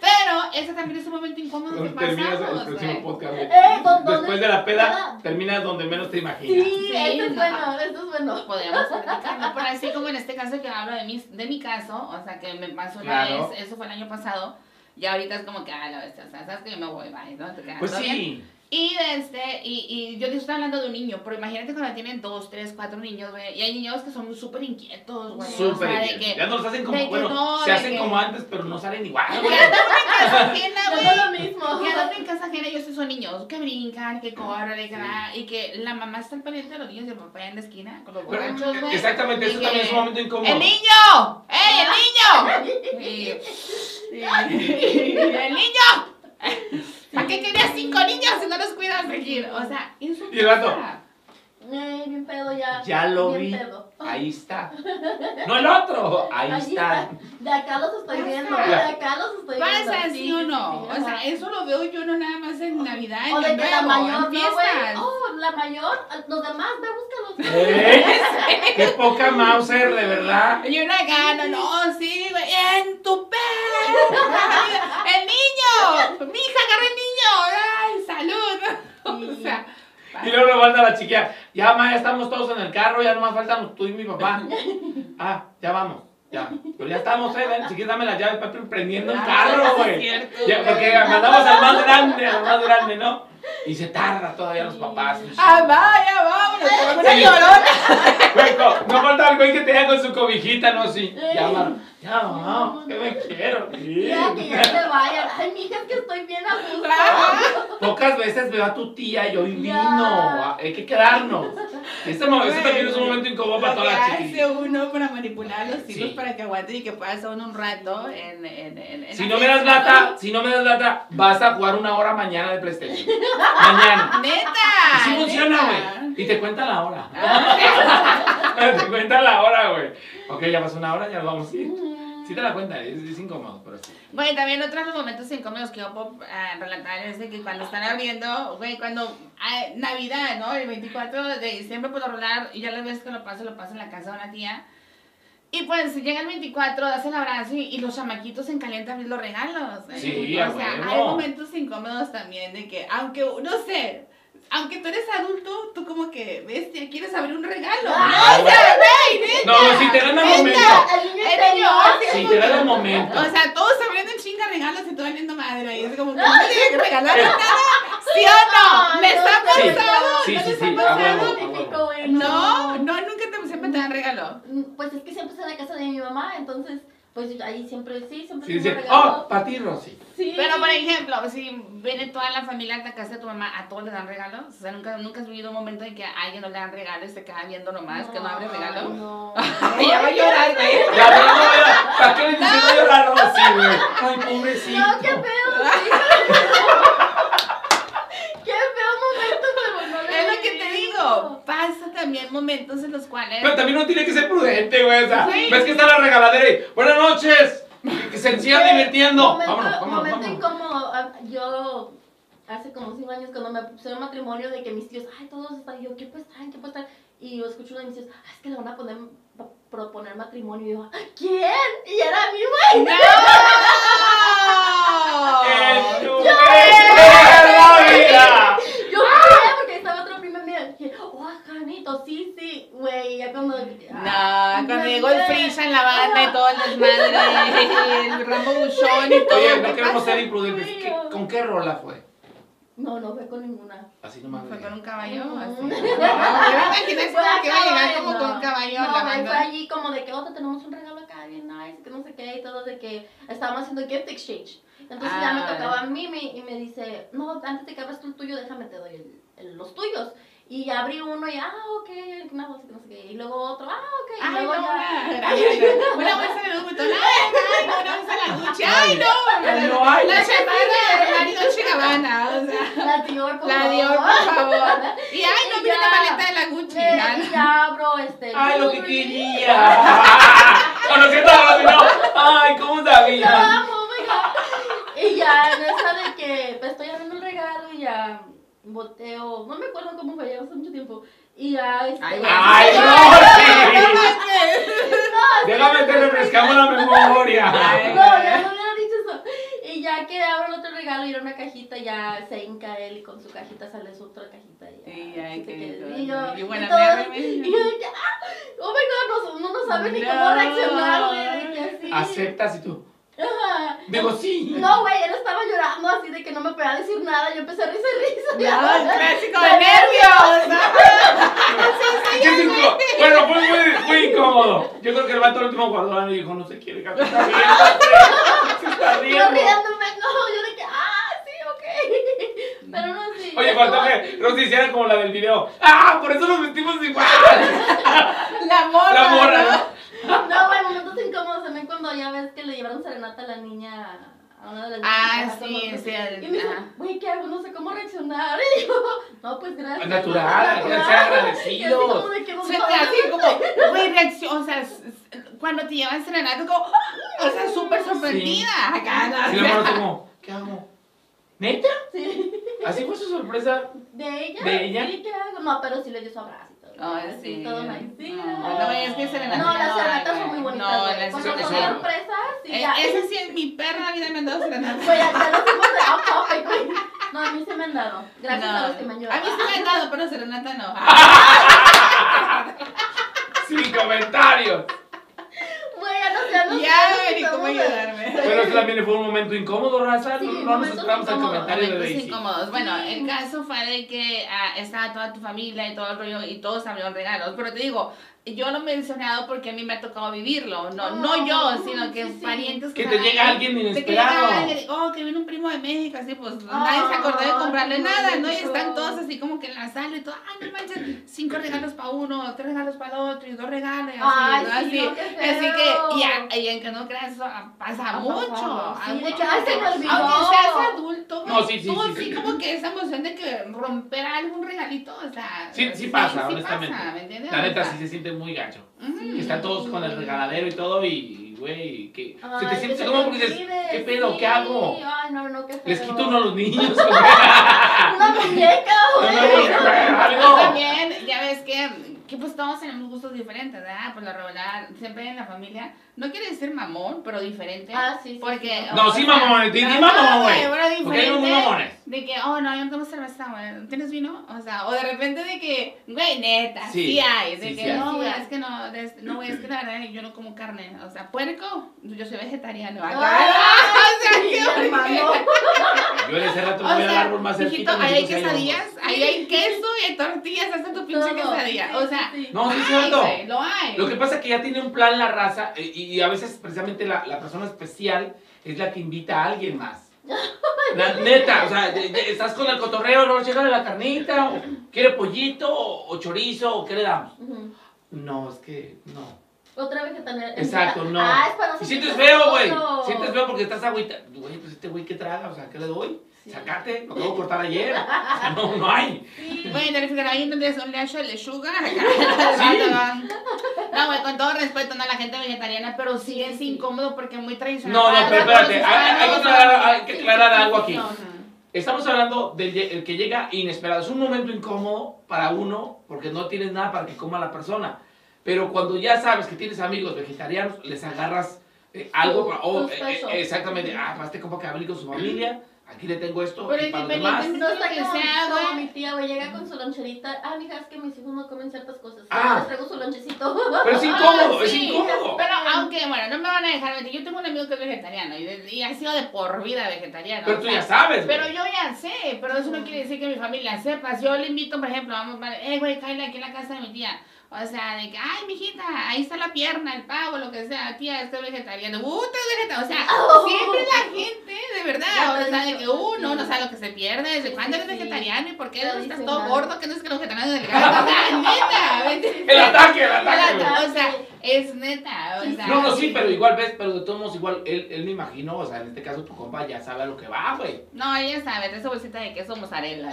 Speaker 1: Pero ese también es un momento incómodo que
Speaker 3: Terminas el
Speaker 1: pasamos,
Speaker 3: próximo
Speaker 1: güey.
Speaker 3: podcast, güey.
Speaker 2: Eh, ¿dó- dónde-
Speaker 3: Después de la peda,
Speaker 2: Ah.
Speaker 3: terminas donde menos te imaginas.
Speaker 2: Sí,
Speaker 1: Sí,
Speaker 2: esto es
Speaker 1: no.
Speaker 2: bueno, esto es bueno.
Speaker 1: Podríamos platicarlo, pero así como en este caso que hablo de mi, de mi caso, o sea, que me pasó una
Speaker 3: Claro.
Speaker 1: vez, eso fue el año pasado, y ahorita es como que, ah, la bestia, o sea, sabes que yo me voy, bye, ¿no? Te quedas,
Speaker 3: Pues
Speaker 1: ¿todo bien?
Speaker 3: sí.
Speaker 1: Y desde, y, y yo te estoy hablando de un niño, pero imagínate cuando tienen dos, tres, cuatro niños, güey, y hay niños que son súper inquietos, güey. o
Speaker 3: Súper
Speaker 1: sea, de
Speaker 3: bien.
Speaker 1: que-
Speaker 3: Ya no los hacen
Speaker 1: de
Speaker 3: como,
Speaker 1: que
Speaker 3: bueno,
Speaker 1: no,
Speaker 3: se
Speaker 1: de
Speaker 3: hacen
Speaker 1: que-
Speaker 3: como antes, pero no salen igual.
Speaker 1: que
Speaker 3: güey.
Speaker 1: andan en casa ajena,
Speaker 2: Yo
Speaker 1: güey.
Speaker 2: hago lo mismo.
Speaker 1: Que andan en casa ajena, y esos son niños que brincan, que corren, que nada, y que la mamá está al pendiente de los niños y el papá en la esquina con los
Speaker 3: Pero, e-
Speaker 1: borrachos, güey.
Speaker 3: exactamente,
Speaker 1: Y
Speaker 3: eso también
Speaker 1: que-
Speaker 3: es un momento incómodo.
Speaker 1: ¡El niño! ¡Ey, el niño! Y- y- y- ¡El niño! ¿A qué querías cinco niños si no los cuidas, Regil? O sea, es un
Speaker 3: Y el vato,
Speaker 2: Ey, bien pedo ya.
Speaker 3: Ya lo
Speaker 2: Bien
Speaker 3: vi.
Speaker 2: pedo.
Speaker 3: Ahí está. No el otro. Ahí,
Speaker 2: Ahí
Speaker 3: está.
Speaker 2: De acá los estoy viendo. De
Speaker 1: Pasa.
Speaker 2: acá los estoy viendo.
Speaker 1: Pasa, sí o no.
Speaker 2: sí,
Speaker 1: O sea,
Speaker 2: ajá.
Speaker 1: eso lo veo yo no nada más en Navidad, en
Speaker 2: O de
Speaker 1: Año
Speaker 2: que la
Speaker 1: Nuevo,
Speaker 2: mayor,
Speaker 1: en
Speaker 2: no, güey.
Speaker 1: fiestas.
Speaker 2: Oh, la mayor, los demás, ve, búscalos.
Speaker 3: ¿Eh? Qué poca Mauser, de verdad.
Speaker 1: Y una gana, no, sí, güey, en tu pelo. ¡El niño! ¡Mi hija, agarra el niño! ¡Ay, salud! O sea,
Speaker 3: Y luego lo manda la chiquilla. Ya, ma, ya estamos todos en el carro, ya nomás faltan tú y mi papá. Ah, ya vamos. Ya. Pero ya estamos, eh. ven, Si quieres, dame las llaves para ir prendiendo el carro,
Speaker 1: Ah, Es
Speaker 3: güey.
Speaker 1: cierto,
Speaker 3: Ya,
Speaker 1: güey.
Speaker 3: porque mandamos al más grande, al más grande, ¿no? Y se tarda todavía los papás.
Speaker 1: ¡Ah, vaya, vámonos! te vamos a
Speaker 3: Sí.
Speaker 1: llorona!
Speaker 3: Güey, co- no falta el güey que te deja con su cobijita, ¿no? Sí. Ya, ma, ya, mamá, que me quiero. sí.
Speaker 2: Ya, que ya se vayan. Ay, mija, es que estoy bien a gusto.
Speaker 3: Pocas veces veo a tu tía y hoy vino.
Speaker 2: Ya.
Speaker 3: ah, Hay que quedarnos. Este mo- este
Speaker 1: Güey,
Speaker 3: también es un momento incómodo para
Speaker 1: Lo
Speaker 3: todas
Speaker 1: que
Speaker 3: las
Speaker 1: hace
Speaker 3: chiquillas.
Speaker 1: uno para manipular a los hijos
Speaker 3: Sí.
Speaker 1: para que aguanten y que pase uno un rato en... en, en, en
Speaker 3: Si
Speaker 1: la
Speaker 3: no me das
Speaker 1: fiesta.
Speaker 3: lata, si no me das lata, vas a jugar una hora mañana de PlayStation. Mañana.
Speaker 1: ¡Neta!
Speaker 3: Así
Speaker 1: neta. Ah,
Speaker 3: funciona, güey. Y te cuenta la hora. te cuenta la hora, güey. Ok, ya pasó una hora, ya nos vamos a ir. Sí te la cuenta, es, es incómodo, pero sí.
Speaker 1: eh, Güey, también otros momentos incómodos que yo puedo ah, relatar es de que cuando están abriendo, güey, cuando ah, Navidad, ¿no? El 24 de diciembre por lo regular, y ya las veces que lo paso, lo paso en la casa de una tía. Y pues llega el 24, das el abrazo y, y los chamaquitos se encalientan bien los regalos. ¿eh?
Speaker 3: Sí, a
Speaker 1: o sea,
Speaker 3: huevo.
Speaker 1: hay momentos incómodos también de que, aunque, no sé, aunque tú eres adulto, tú como que, bestia, quieres abrir un regalo.
Speaker 3: Ah,
Speaker 1: no, o sea, güey, neta.
Speaker 3: No, si te dan el
Speaker 1: Neta.
Speaker 3: momento.
Speaker 2: El niño
Speaker 1: El
Speaker 2: interior.
Speaker 1: niño.
Speaker 3: Si te dan el momento.
Speaker 1: O sea, todos abriendo en chinga regalos y tú valiendo madre. Y es como, ¿no me tiene que regalar nada? ¿Sí o no? ¿Les ha
Speaker 2: Sí, sí,
Speaker 1: pasado?
Speaker 3: sí,
Speaker 1: ¿No
Speaker 3: sí,
Speaker 1: les
Speaker 3: sí,
Speaker 1: ha
Speaker 3: a huevo.
Speaker 1: pasado?
Speaker 2: Típico, güey,
Speaker 1: No, no, nunca te, siempre te dan regalo.
Speaker 2: Pues es que siempre está en la casa de mi mamá, entonces, pues ahí siempre sí, siempre
Speaker 3: Sí,
Speaker 2: tengo
Speaker 3: dice,
Speaker 2: regalos.
Speaker 3: oh, para ti, Rosy.
Speaker 2: Sí.
Speaker 1: Pero, por ejemplo, si viene toda la familia a la casa de tu mamá, ¿a todos le dan regalos? O sea, ¿nunca, nunca has vivido un momento en que a alguien no le dan regalo y se queda viendo nomás que no abre regalo?
Speaker 2: No.
Speaker 1: Ay, ya va a llorar, güey.
Speaker 3: La verdad, no, mira, ¿para qué le dices no llorar, Rosy, güey? Ay, pobrecito.
Speaker 2: No, qué feo. sí. qué feo momento, pero no le
Speaker 1: Es lo que te
Speaker 2: digo.
Speaker 1: digo. Pasa también momentos en los cuales...
Speaker 3: Pero también uno tiene que ser prudente, güey. O sea,
Speaker 1: Sí.
Speaker 3: ves que está la regaladera y, buenas noches. Que- Que se siga divirtiendo.
Speaker 2: Momento,
Speaker 3: vámonos, vámonos,
Speaker 2: momento
Speaker 3: vámonos.
Speaker 2: incómodo. Ah, Yo hace como cinco años cuando me pusieron matrimonio de que mis tíos, ay, todos están, y yo, ¿qué pues están? ¿Qué pues están? Y yo escucho uno de mis tíos, "Ah, es que le van a poner, va- proponer matrimonio. Y yo, "Ah, ¿quién? Y era mi güey.
Speaker 1: ¡No!
Speaker 3: ¡En tu perra vida!
Speaker 2: Yo
Speaker 3: ¡Ah!
Speaker 2: fui, porque estaba otra prima mía. Y dije, oh, Janito, sí, sí, güey. Y ya cuando. ah,
Speaker 1: No, cuando
Speaker 2: me
Speaker 1: llegó el
Speaker 2: olvidé.
Speaker 1: Frisha en la banda y todo el desmadre, el Rambo Buchón y todo.
Speaker 3: Oye, no
Speaker 1: ¿qué
Speaker 3: queremos
Speaker 1: pasa?
Speaker 3: ser imprudentes. ¿Qué- ¿Con qué rola fue?
Speaker 2: No, no fue con ninguna.
Speaker 3: Así nomás.
Speaker 1: Fue
Speaker 3: güey.
Speaker 1: con un caballo.
Speaker 2: No.
Speaker 1: así. No, yo me imaginé
Speaker 2: Fue a
Speaker 1: que iba a llegar
Speaker 2: caballo,
Speaker 1: como con un caballo a
Speaker 2: No,
Speaker 1: la
Speaker 2: güey, fue
Speaker 1: banda.
Speaker 2: allí como de que, oh, te tenemos un regalo acá bien nice, que no sé qué, y todo de que estábamos haciendo gift exchange. Entonces ya me
Speaker 1: Ah.
Speaker 2: tocaba a mí me- y me dice, no, antes de que abras tú el tuyo, déjame te doy el- el- los tuyos. Y ya abrí uno y, ah, ok, una bolsa que no sé qué, y luego otro, ah, ok, y
Speaker 1: Ay,
Speaker 2: luego
Speaker 1: no,
Speaker 2: ya.
Speaker 1: una- una bolsa de un botón. Ay, no, una bolsa de la Gucci. Ay,
Speaker 3: Ay,
Speaker 1: no.
Speaker 3: no, ay.
Speaker 1: La chatarra de Armani Dolce Gabbana, o sea.
Speaker 2: La Dior, por
Speaker 1: La
Speaker 2: favor. Eh,
Speaker 1: Dior, por favor. Y ay, no,
Speaker 2: Y
Speaker 1: mira
Speaker 2: ya.
Speaker 1: la maleta de la Gucci.
Speaker 2: Eh, Y
Speaker 1: ¿no?
Speaker 2: ya abro este.
Speaker 3: ¡Ay, lo que
Speaker 2: jewelry.
Speaker 3: quería! Conociendo a Rosy, no. ¡Ay, cómo
Speaker 2: Te
Speaker 3: sabía!
Speaker 2: amo, oh my God. Y ya, en esa de que pues, estoy abriendo un regalo y ya boteo, no me acuerdo cómo fue, ya hace mucho tiempo. Y ya, este,
Speaker 1: Ay, güey.
Speaker 3: ¡Ay,
Speaker 1: No
Speaker 3: Rosy!
Speaker 1: manches.
Speaker 3: Déjame que refrescamos la
Speaker 1: Ay,
Speaker 2: no,
Speaker 3: memoria.
Speaker 2: ya no hubiera dicho eso. Y ya que abro el otro regalo y era una cajita, ya se hinca él y con su cajita sale su otra cajita. Y ya,
Speaker 1: Sí, ay, qué
Speaker 2: así que-
Speaker 1: lindo.
Speaker 2: y yo,
Speaker 1: Y buena
Speaker 2: y todo-
Speaker 1: mierda, mira.
Speaker 2: y yo de que, ah, oh my god, no, uno no sabe ni
Speaker 1: No.
Speaker 2: cómo reaccionar, güey, de que así.
Speaker 3: Aceptas y tú.
Speaker 2: Ajá.
Speaker 3: Digo, sí.
Speaker 2: No, güey, él estaba llorando así de que no me podía decir nada. Yo empecé a risa y risa.
Speaker 1: No, el clásico de nervios.
Speaker 3: Yo digo, Bueno, fue muy, muy incómodo. Yo creo que el vato al último guardó la y dijo, no se quiere capitán. Se está
Speaker 2: Yo
Speaker 3: riendo.
Speaker 2: riéndome, no, yo de que, ah, sí,
Speaker 1: Mm.
Speaker 2: ok. Pero no, sí.
Speaker 3: Oye, faltó que Rosy hiciera como la del video. ¡Ah! Por eso nos vestimos igual.
Speaker 1: La morra.
Speaker 3: La morra.
Speaker 1: Ah, ¿no?
Speaker 3: ¿no?
Speaker 2: No, güey, momentos incómodos también cuando ya ves que le llevaron serenata a la niña. a una de las niñas
Speaker 1: Ah,
Speaker 2: que trabaja con
Speaker 1: sí,
Speaker 2: nosotros.
Speaker 1: sí, el-
Speaker 2: Y me dice,
Speaker 1: ah.
Speaker 2: güey, ¿qué hago? No sé cómo reaccionar. Y yo, no, pues gracias.
Speaker 3: Natural, hay que ser
Speaker 2: Y así como
Speaker 3: agradecidos.
Speaker 2: de que,
Speaker 1: O
Speaker 2: vamos
Speaker 1: sea, te hace como, güey, reacción, o sea, s- s- cuando te llevan serenata, como, o sea, súper sorprendida. Acá, ¿no?
Speaker 3: Y la morra como, ¿qué hago? ¿Neta?
Speaker 2: Sí.
Speaker 3: Así fue su sorpresa.
Speaker 2: ¿De ella?
Speaker 3: ¿De ella?
Speaker 2: Sí, ¿qué hago? No, pero sí le dio su abrazo y todo.
Speaker 1: Ay,
Speaker 2: Así,
Speaker 1: sí.
Speaker 2: Todo nice. Sí,
Speaker 1: No, no, es que serenata.
Speaker 2: No, las serenatas
Speaker 1: ay,
Speaker 2: son muy bonitas.
Speaker 1: No,
Speaker 2: güey.
Speaker 1: las
Speaker 2: Cuando
Speaker 3: serenatas
Speaker 2: son
Speaker 3: son-
Speaker 1: serenatas.
Speaker 2: sorpresas, sí,
Speaker 1: Eh,
Speaker 2: ya.
Speaker 1: Esa sí, en mi perra vida me han dado serenata.
Speaker 2: Güey, ya ya nos fuimos de off topic, güey. No, a mí se me han dado. Gracias
Speaker 1: No.
Speaker 2: a los que me han
Speaker 1: A mí
Speaker 2: ayudado.
Speaker 1: sí me han dado, pero serenata no. Ah,
Speaker 3: Sin comentarios.
Speaker 2: Güey, ya no sé, ya no sé.
Speaker 1: ya,
Speaker 2: sé
Speaker 1: ni cómo
Speaker 2: estamos de-
Speaker 1: ayudarme.
Speaker 3: Pero eso también fue un momento incómodo, raza.
Speaker 2: Sí,
Speaker 3: no no nos
Speaker 2: momentos
Speaker 3: esperamos al
Speaker 2: incómodos,
Speaker 3: comentario de
Speaker 1: Momentos
Speaker 3: Daisy.
Speaker 1: incómodos. Bueno,
Speaker 2: Sí.
Speaker 1: el caso fue de que ah, estaba toda tu familia y todo el rollo y todos abrieron regalos. Pero te digo, yo lo he mencionado porque a mí me ha tocado vivirlo. No, no yo, sino que
Speaker 2: Sí, sí.
Speaker 1: parientes
Speaker 3: Que te
Speaker 1: están
Speaker 3: llega
Speaker 1: ahí,
Speaker 3: alguien
Speaker 1: de que llega
Speaker 3: inesperado.
Speaker 1: alguien, oh, que viene un primo de México, así pues
Speaker 2: Ah,
Speaker 1: nadie se acordó de comprarle
Speaker 2: qué
Speaker 1: nada, ¿no? Y
Speaker 2: bonito.
Speaker 1: están todos así como que en la sala y todo, ah, no manches, cinco regalos para uno, tres regalos para el otro y dos regalos, y así,
Speaker 2: Ay,
Speaker 1: ¿no?
Speaker 2: sí,
Speaker 1: así.
Speaker 2: no, qué
Speaker 1: Así
Speaker 2: feo.
Speaker 1: que, y, a- y en que no creas, eso ah, pasa
Speaker 2: Ha
Speaker 1: mucho.
Speaker 2: pasado,
Speaker 1: ah,
Speaker 2: sí, de
Speaker 1: mucho.
Speaker 2: que, ay, se me olvidó.
Speaker 1: Aunque seas adulto, güey,
Speaker 3: No, sí, sí,
Speaker 1: tú
Speaker 3: sí,
Speaker 1: sí
Speaker 3: sí.
Speaker 1: como que esa emoción de que romper algún regalito, o sea.
Speaker 3: Sí, sí pasa,
Speaker 1: sí
Speaker 3: honestamente.
Speaker 1: pasa, ¿me entiendes?
Speaker 3: La neta
Speaker 1: O sea,
Speaker 3: sí se siente muy gacho.
Speaker 1: ujú.
Speaker 3: Que están todos con el regaladero y todo y, güey, que
Speaker 2: Ay,
Speaker 3: se te
Speaker 2: que
Speaker 3: sientes
Speaker 2: se
Speaker 3: como
Speaker 2: me
Speaker 3: porque dices,
Speaker 2: olvide,
Speaker 3: ¿qué pedo?
Speaker 2: sí.
Speaker 3: ¿Qué hago?
Speaker 2: Ay, no, no, qué feo.
Speaker 3: Les quito uno a los niños.
Speaker 2: Una muñeca,
Speaker 1: Yo
Speaker 3: ¡Algo!
Speaker 1: también, ya ves que, que pues todos tenemos gustos diferentes, ¿verdad? Pues la revelada, siempre en la familia, no quiere decir mamón, pero diferente.
Speaker 2: Ah, sí, sí,
Speaker 1: Porque,
Speaker 2: sí.
Speaker 3: No, sí, mamón, di- di
Speaker 1: ah,
Speaker 3: mamón, güey.
Speaker 1: Pero
Speaker 3: Porque hay
Speaker 1: diferente.
Speaker 3: unos mamones.
Speaker 1: De que, oh, no, yo no tomo cerveza, güey. ¿Tienes vino? O sea, o de repente de que, güey, neta,
Speaker 3: Sí,
Speaker 1: sí, hay. De
Speaker 3: sí,
Speaker 1: que,
Speaker 3: sí hay.
Speaker 1: no,
Speaker 2: Sí
Speaker 1: güey,
Speaker 2: hay.
Speaker 1: es que no, des- no, güey, es que la verdad yo no como carne. O sea, puerco, yo soy vegetariano.
Speaker 3: Ah,
Speaker 2: Ay,
Speaker 1: Acá, o sea,
Speaker 2: sí,
Speaker 1: qué
Speaker 2: hermano.
Speaker 3: Yo en ese rato
Speaker 1: o
Speaker 3: me voy al
Speaker 1: sea,
Speaker 3: árbol más
Speaker 1: hijito,
Speaker 3: cerquita.
Speaker 1: ahí
Speaker 3: me
Speaker 1: hay
Speaker 3: siento que
Speaker 1: quesadillas, ahí hay queso y hay tortillas, hasta tu pinche
Speaker 2: Todo.
Speaker 1: quesadilla. O sea,
Speaker 2: Sí, sí, sí.
Speaker 3: No, sí es
Speaker 1: hay,
Speaker 3: cierto.
Speaker 1: güey, lo hay.
Speaker 3: Lo que pasa es que ya tiene un plan la raza eh, y, y a veces precisamente la, la persona especial es la que invita a alguien más. La neta, o sea, de- de- estás con el cotorreo, no llega la carnita, o quiere pollito o, o chorizo, o qué le damos.
Speaker 2: Ujú.
Speaker 3: No, es que no.
Speaker 2: Otra vegetariana.
Speaker 3: Exacto, no.
Speaker 2: Ah, es para no
Speaker 3: Y
Speaker 2: sentirse
Speaker 3: sientes feo, güey.
Speaker 2: solo.
Speaker 3: Sientes feo porque estás agüita. Güey, pues este güey, ¿qué traga? O sea, ¿qué le doy?
Speaker 2: Sí.
Speaker 3: Sacate, lo acabo de cortar ayer. O sea, no, no hay.
Speaker 1: Güey, te refieres ahí donde es donde hace el sugar.
Speaker 3: Sí.
Speaker 1: No, güey, con todo respeto, no a la gente vegetariana, pero sí es incómodo porque es muy tradicional. Ah,
Speaker 3: No, ah,
Speaker 1: para
Speaker 3: no, pero
Speaker 1: todos los
Speaker 3: espérate, hay, hay que
Speaker 1: hispanos.
Speaker 3: aclarar, hay que aclarar algo aquí.
Speaker 2: No, no.
Speaker 3: Estamos hablando del lle- el que llega inesperado. Es un momento incómodo para uno porque no tienes nada para que coma la persona. Pero cuando ya sabes que tienes amigos vegetarianos, les agarras eh, algo.
Speaker 2: Su-
Speaker 3: para- oh,
Speaker 2: sus
Speaker 3: eh,
Speaker 2: pesos.
Speaker 3: eh, exactamente. Ah, más te compa que hable con su familia. Aquí le tengo esto.
Speaker 1: Pero
Speaker 3: y para los demás.
Speaker 1: independiente-
Speaker 2: No está
Speaker 1: Que
Speaker 2: como,
Speaker 1: sea,
Speaker 2: como
Speaker 1: güey.
Speaker 2: mi tía, güey, llega con su loncherita. Ah, mija, es que mis hijos no comen ciertas cosas.
Speaker 3: Ah.
Speaker 2: Les traigo su lonchecito.
Speaker 3: Pero es incómodo,
Speaker 1: Ah,
Speaker 3: es
Speaker 1: sí.
Speaker 3: incómodo.
Speaker 1: Pero aunque, bueno, no me van a dejar mentir. Yo tengo un amigo que es vegetariano y, de- y ha sido de por vida vegetariano.
Speaker 3: Pero
Speaker 1: o
Speaker 3: tú
Speaker 1: sea,
Speaker 3: ya sabes.
Speaker 1: Pero
Speaker 3: güey.
Speaker 1: yo ya sé, pero eso no quiere decir que mi familia sepa. Si yo le invito, por ejemplo, vamos, vale, eh, güey, cállate aquí en la casa de mi tía. O sea, de que, ay, mijita, ahí está la pierna, el pavo, lo que sea, tía, estoy vegetariana. Uh, tú eres vegetariana. O sea,
Speaker 2: Oh.
Speaker 1: siempre la gente, de
Speaker 2: Ya
Speaker 1: verdad,
Speaker 2: te
Speaker 1: o sea, de
Speaker 2: digo,
Speaker 1: que, uh, no,
Speaker 2: sí.
Speaker 1: no sabe lo que se pierde, desde
Speaker 2: Sí,
Speaker 1: cuándo
Speaker 2: sí,
Speaker 1: eres
Speaker 2: sí.
Speaker 1: vegetariano y por qué
Speaker 2: Tradicional.
Speaker 1: estás todo gordo, que no es que los vegetarianos delgados. O sea, neta, ¿me entiendes?
Speaker 3: El ataque, el
Speaker 1: O sea,
Speaker 3: ataque. güey.
Speaker 1: O sea, es neta, o
Speaker 2: Sí,
Speaker 1: sea.
Speaker 3: No, no, sí, pero igual ves, pero de todos modos, igual él, él me imagino, o sea, en este caso tu compa ya sabe a lo que va, güey.
Speaker 1: No, ella sabe, de esa bolsita de queso mozzarella.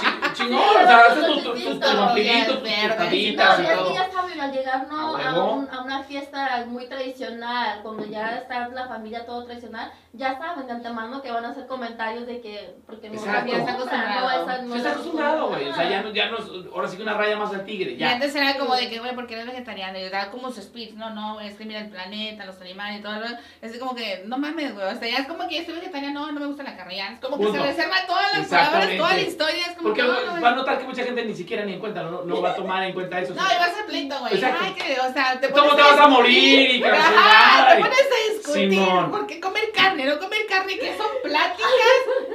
Speaker 3: Chi- Chingón, o sea, haces tus tus- tus- tus
Speaker 2: Sí,
Speaker 3: vampiritos, tus
Speaker 1: sí, sí,
Speaker 3: tostaditas
Speaker 2: No,
Speaker 3: y
Speaker 2: es que
Speaker 3: todo.
Speaker 2: ya saben, al llegar ¿no?
Speaker 3: ¿A
Speaker 2: a,
Speaker 3: huevo?
Speaker 2: un- a una fiesta muy tradicional, cuando ya está la familia todo tradicional, ya saben de antemano que van a hacer comentarios de que, porque no
Speaker 3: Exacto.
Speaker 2: la
Speaker 3: Ya está
Speaker 1: acostumbrado.
Speaker 2: no, esa no
Speaker 3: Se está
Speaker 2: la-
Speaker 3: acostumbrado, güey. O sea, ya no, ya no es, ahora sí que una raya más al tigre,
Speaker 1: Y
Speaker 3: ya.
Speaker 1: antes era como de que, güey, porque eres vegetariano? Y da como su speech, no, no, güey, es que mira el planeta, los animales y todo. ¿no? Es así como que, no mames, güey, o sea, ya es como que yo soy vegetariano, no, no me gusta la carne, ya es como que
Speaker 3: Punto.
Speaker 1: se reserva todas las palabras,
Speaker 3: Exactamente.
Speaker 1: toda la historia, es como
Speaker 3: Porque
Speaker 1: que, no, no,
Speaker 3: va a notar que mucha gente ni siquiera ni en cuenta, no, no va a tomar en cuenta eso.
Speaker 1: no, y vas a pleito, güey,
Speaker 3: Exacto.
Speaker 1: ay, que, o sea, te
Speaker 3: ¿Cómo te
Speaker 1: a
Speaker 3: vas a
Speaker 1: discutir.
Speaker 3: morir? Y que la
Speaker 1: Ajá,
Speaker 3: chingada,
Speaker 1: te
Speaker 3: y-
Speaker 1: pones a discutir
Speaker 3: Simón.
Speaker 1: porque comer carne, no comer carne, que son pláticas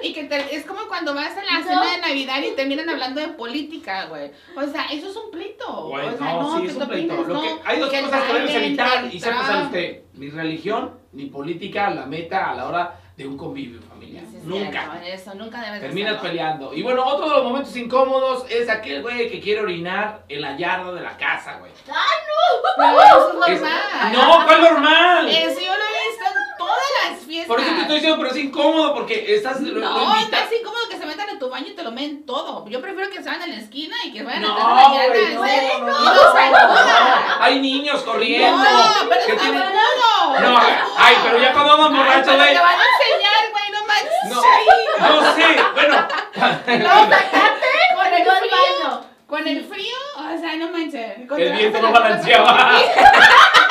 Speaker 1: y que te- es como cuando vas a la
Speaker 2: No.
Speaker 1: cena de Navidad y terminan hablando de política, güey. O sea, eso es un pleito.
Speaker 3: Güey,
Speaker 1: o sea,
Speaker 3: no, sí,
Speaker 1: que
Speaker 3: es
Speaker 1: tú
Speaker 3: un pleito.
Speaker 1: opines,
Speaker 3: Lo que-
Speaker 1: no,
Speaker 3: hay dos
Speaker 1: que el
Speaker 3: cosas que debes
Speaker 1: Biden,
Speaker 3: evitar
Speaker 1: que
Speaker 3: y
Speaker 1: el
Speaker 3: sepa sabe
Speaker 1: Trump.
Speaker 3: usted. Ni religión, ni política, la meta a la hora de un convivio familiar.
Speaker 1: Sí, es
Speaker 3: Nunca.
Speaker 1: cierto, eso, nunca debes de
Speaker 3: Terminas
Speaker 1: hacerlo.
Speaker 3: peleando. Y bueno, otro de los momentos incómodos es aquel güey que quiere orinar en la yarda de la casa, güey.
Speaker 1: Pero eso es
Speaker 3: Es-
Speaker 1: normal.
Speaker 3: No, ¿cuál normal?
Speaker 1: Eso yo lo he visto en todas las fiestas.
Speaker 3: Por eso te estoy diciendo, pero es incómodo porque estás lo, lo
Speaker 1: No, es
Speaker 3: invitas.
Speaker 1: así como que se metan en tu baño y te lo meen todo. Yo prefiero que se vayan a la esquina y que vayan a estar
Speaker 3: No, güey,
Speaker 1: en
Speaker 3: no,
Speaker 1: la llana.
Speaker 3: no, no,
Speaker 1: Y
Speaker 3: no,
Speaker 1: los
Speaker 3: no. Hay niños corriendo.
Speaker 1: No, pero
Speaker 3: que
Speaker 1: está
Speaker 3: tienen-
Speaker 1: bueno.
Speaker 3: No, ay, pero ya cuando vamos
Speaker 1: Ay,
Speaker 3: borracho,
Speaker 1: pero
Speaker 3: güey.
Speaker 1: Te van a enseñar, güey, no manches.
Speaker 3: No,
Speaker 1: ahí.
Speaker 3: no sé. Bueno,
Speaker 1: No, sacate con el
Speaker 2: Llegó al
Speaker 1: frío.
Speaker 2: baño.
Speaker 1: Con el frío, o sea, no manches. Con
Speaker 3: el
Speaker 1: la-
Speaker 3: viento no balanceaba.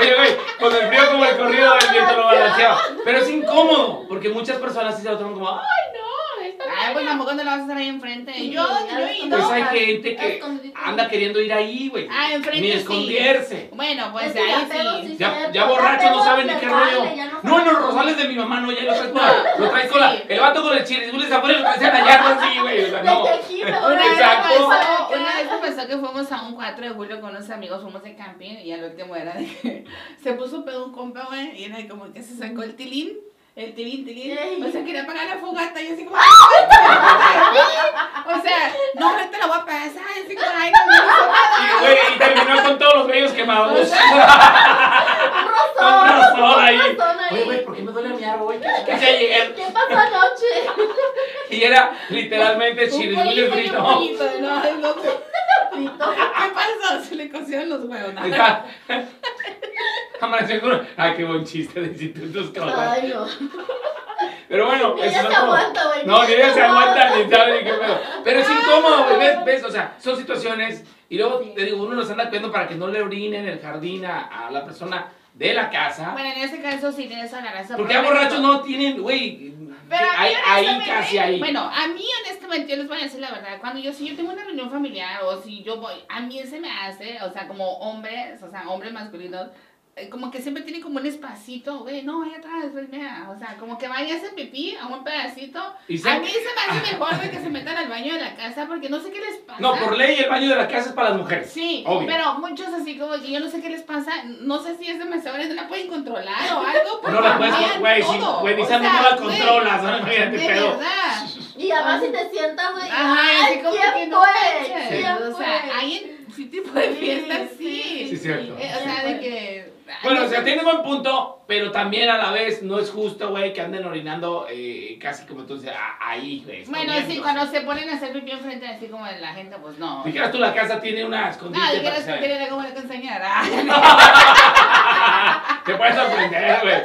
Speaker 3: Oye, güey, con el frío como el corrido, el viento no balanceaba. Pero es incómodo porque muchas personas sí se lo toman como, "Ah,
Speaker 1: Ay, pues tampoco no lo vas a hacer ahí enfrente. Yo,
Speaker 2: Sí,
Speaker 1: yo he
Speaker 2: ya
Speaker 1: ido.
Speaker 3: Pues
Speaker 2: No,
Speaker 3: hay
Speaker 2: a-
Speaker 3: gente que
Speaker 2: escondite.
Speaker 3: anda queriendo ir ahí, güey.
Speaker 1: Ah, enfrente
Speaker 3: Ni
Speaker 1: sí.
Speaker 3: esconderse.
Speaker 1: Bueno, pues
Speaker 2: Es que ya pedo,
Speaker 1: ahí sí.
Speaker 2: sí.
Speaker 3: Ya,
Speaker 2: cierto.
Speaker 3: ya borracho
Speaker 2: Ya
Speaker 3: no sabe ni
Speaker 2: pedo,
Speaker 3: qué
Speaker 2: se
Speaker 3: rollo.
Speaker 2: vale, ya no
Speaker 3: No, en los
Speaker 2: sabe.
Speaker 3: rosales de mi mamá, no, ya lo traes con la. Lo traes con la.
Speaker 1: Sí.
Speaker 3: El vato con el chirizules afuera y lo traes en la yarda así, güey. O sea, no.
Speaker 2: Desde aquí me voy
Speaker 1: Una
Speaker 2: a
Speaker 1: vez, me
Speaker 3: Exacto.
Speaker 1: pasó, una vez me pasó que fuimos a un 4 de julio con unos amigos, fuimos de camping y al último era de que se puso pedo un compa, güey, y era como que se sacó el tilín, el tilín, tilín,
Speaker 2: Ey.
Speaker 1: o sea, quería pagar la fogata y así como, ¡Ah! o sea, no, ahorita la voy a pagar, ¿sabes? Así como, ay, no, no, no.
Speaker 3: Y, güey, y terminó con todos los vellos quemados. Con
Speaker 2: Un
Speaker 3: una
Speaker 2: razón.
Speaker 3: sola ahí.
Speaker 2: un razón ahí.
Speaker 3: Oye, güey, ¿por qué me duele mi árbol? Que ya llegué.
Speaker 2: ¿Qué pasó anoche?
Speaker 3: Y era literalmente
Speaker 1: Un
Speaker 3: chirizules
Speaker 1: pollito y un
Speaker 3: frito.
Speaker 1: pollito, no, el otro, ¿Qué pasó? Se le cocieron los huevos, ¿no?
Speaker 3: Está- Amaneció con. Ay, qué buen chiste de institutos, cabrón.
Speaker 2: Ay, no.
Speaker 3: Pero bueno,
Speaker 2: Ni
Speaker 3: eso
Speaker 2: ella
Speaker 3: no
Speaker 2: se
Speaker 3: es como-
Speaker 2: aguanta, güey.
Speaker 3: No, ni ella se aguanta,
Speaker 2: güey.
Speaker 3: ni sabe ni qué pedo. Pero es incómodo, güey, ¿ves? ¿Ves? O sea, son situaciones. Y luego,
Speaker 2: Sí.
Speaker 3: te digo, uno los anda cuidando para que no le orinen en el jardín a, a la persona de la casa.
Speaker 1: Bueno, en ese caso sí tienes toda la razón.
Speaker 3: porque ya
Speaker 1: pero-
Speaker 3: borrachos no tienen, güey.
Speaker 1: Pero a mí,
Speaker 3: Ahí, ahí,
Speaker 1: honestamente,
Speaker 3: casi ahí.
Speaker 1: Bueno, a mí honestamente, yo les voy a decir la verdad, cuando yo, si yo tengo una reunión familiar o si yo voy, a mí se me hace, o sea, como hombres, o sea, hombres masculinos, eh, como que siempre tienen como un espacito, güey, no, ahí atrás, güey, mira, o sea, como que vaya a hacer pipí a un pedacito.
Speaker 3: Y
Speaker 1: A
Speaker 3: se-
Speaker 1: mí se me hace mejor, güey, que se metan al baño de la casa porque no sé qué les pasa.
Speaker 3: No, por ley el baño de la casa es para las mujeres.
Speaker 1: Sí,
Speaker 3: Obvio.
Speaker 1: pero muchos así como que yo no sé qué les pasa, no sé si es demasiado grande, no la pueden controlar o algo, porque
Speaker 3: No la puedes,
Speaker 1: vean
Speaker 3: güey, si,
Speaker 1: Pues todo,
Speaker 3: güey, ni
Speaker 1: o
Speaker 3: sangre
Speaker 1: sea,
Speaker 3: no la
Speaker 1: güey,
Speaker 3: controlas, ¿no? Imagínate,
Speaker 1: De
Speaker 3: pero.
Speaker 1: verdad.
Speaker 2: Y además si te sientas, güey.
Speaker 1: Ajá, así
Speaker 2: ay,
Speaker 1: como
Speaker 2: ¿quién
Speaker 1: que no
Speaker 2: fue?
Speaker 1: manches.
Speaker 2: ¿Quién
Speaker 1: O sea,
Speaker 2: fue?
Speaker 1: hay en sí tipo de fiestas, sí.
Speaker 3: Sí, cierto.
Speaker 1: Eh, o sea, de que...
Speaker 3: Bueno,
Speaker 1: ay,
Speaker 3: o sea,
Speaker 1: no-
Speaker 3: tiene buen punto, pero también a la vez no es justo, güey, que anden orinando eh, casi como tú dices, a- ahí, güey.
Speaker 1: Bueno, sí,
Speaker 3: escondiéndose.
Speaker 1: cuando se ponen a hacer pipí enfrente así como de la gente, pues no.
Speaker 3: Dijeras tú, la casa tiene una escondite
Speaker 1: No,
Speaker 3: para
Speaker 1: dijeras
Speaker 3: que se
Speaker 1: que
Speaker 3: vea.
Speaker 1: quería como le enseñar. Ah,
Speaker 3: Te puedes sorprender, güey.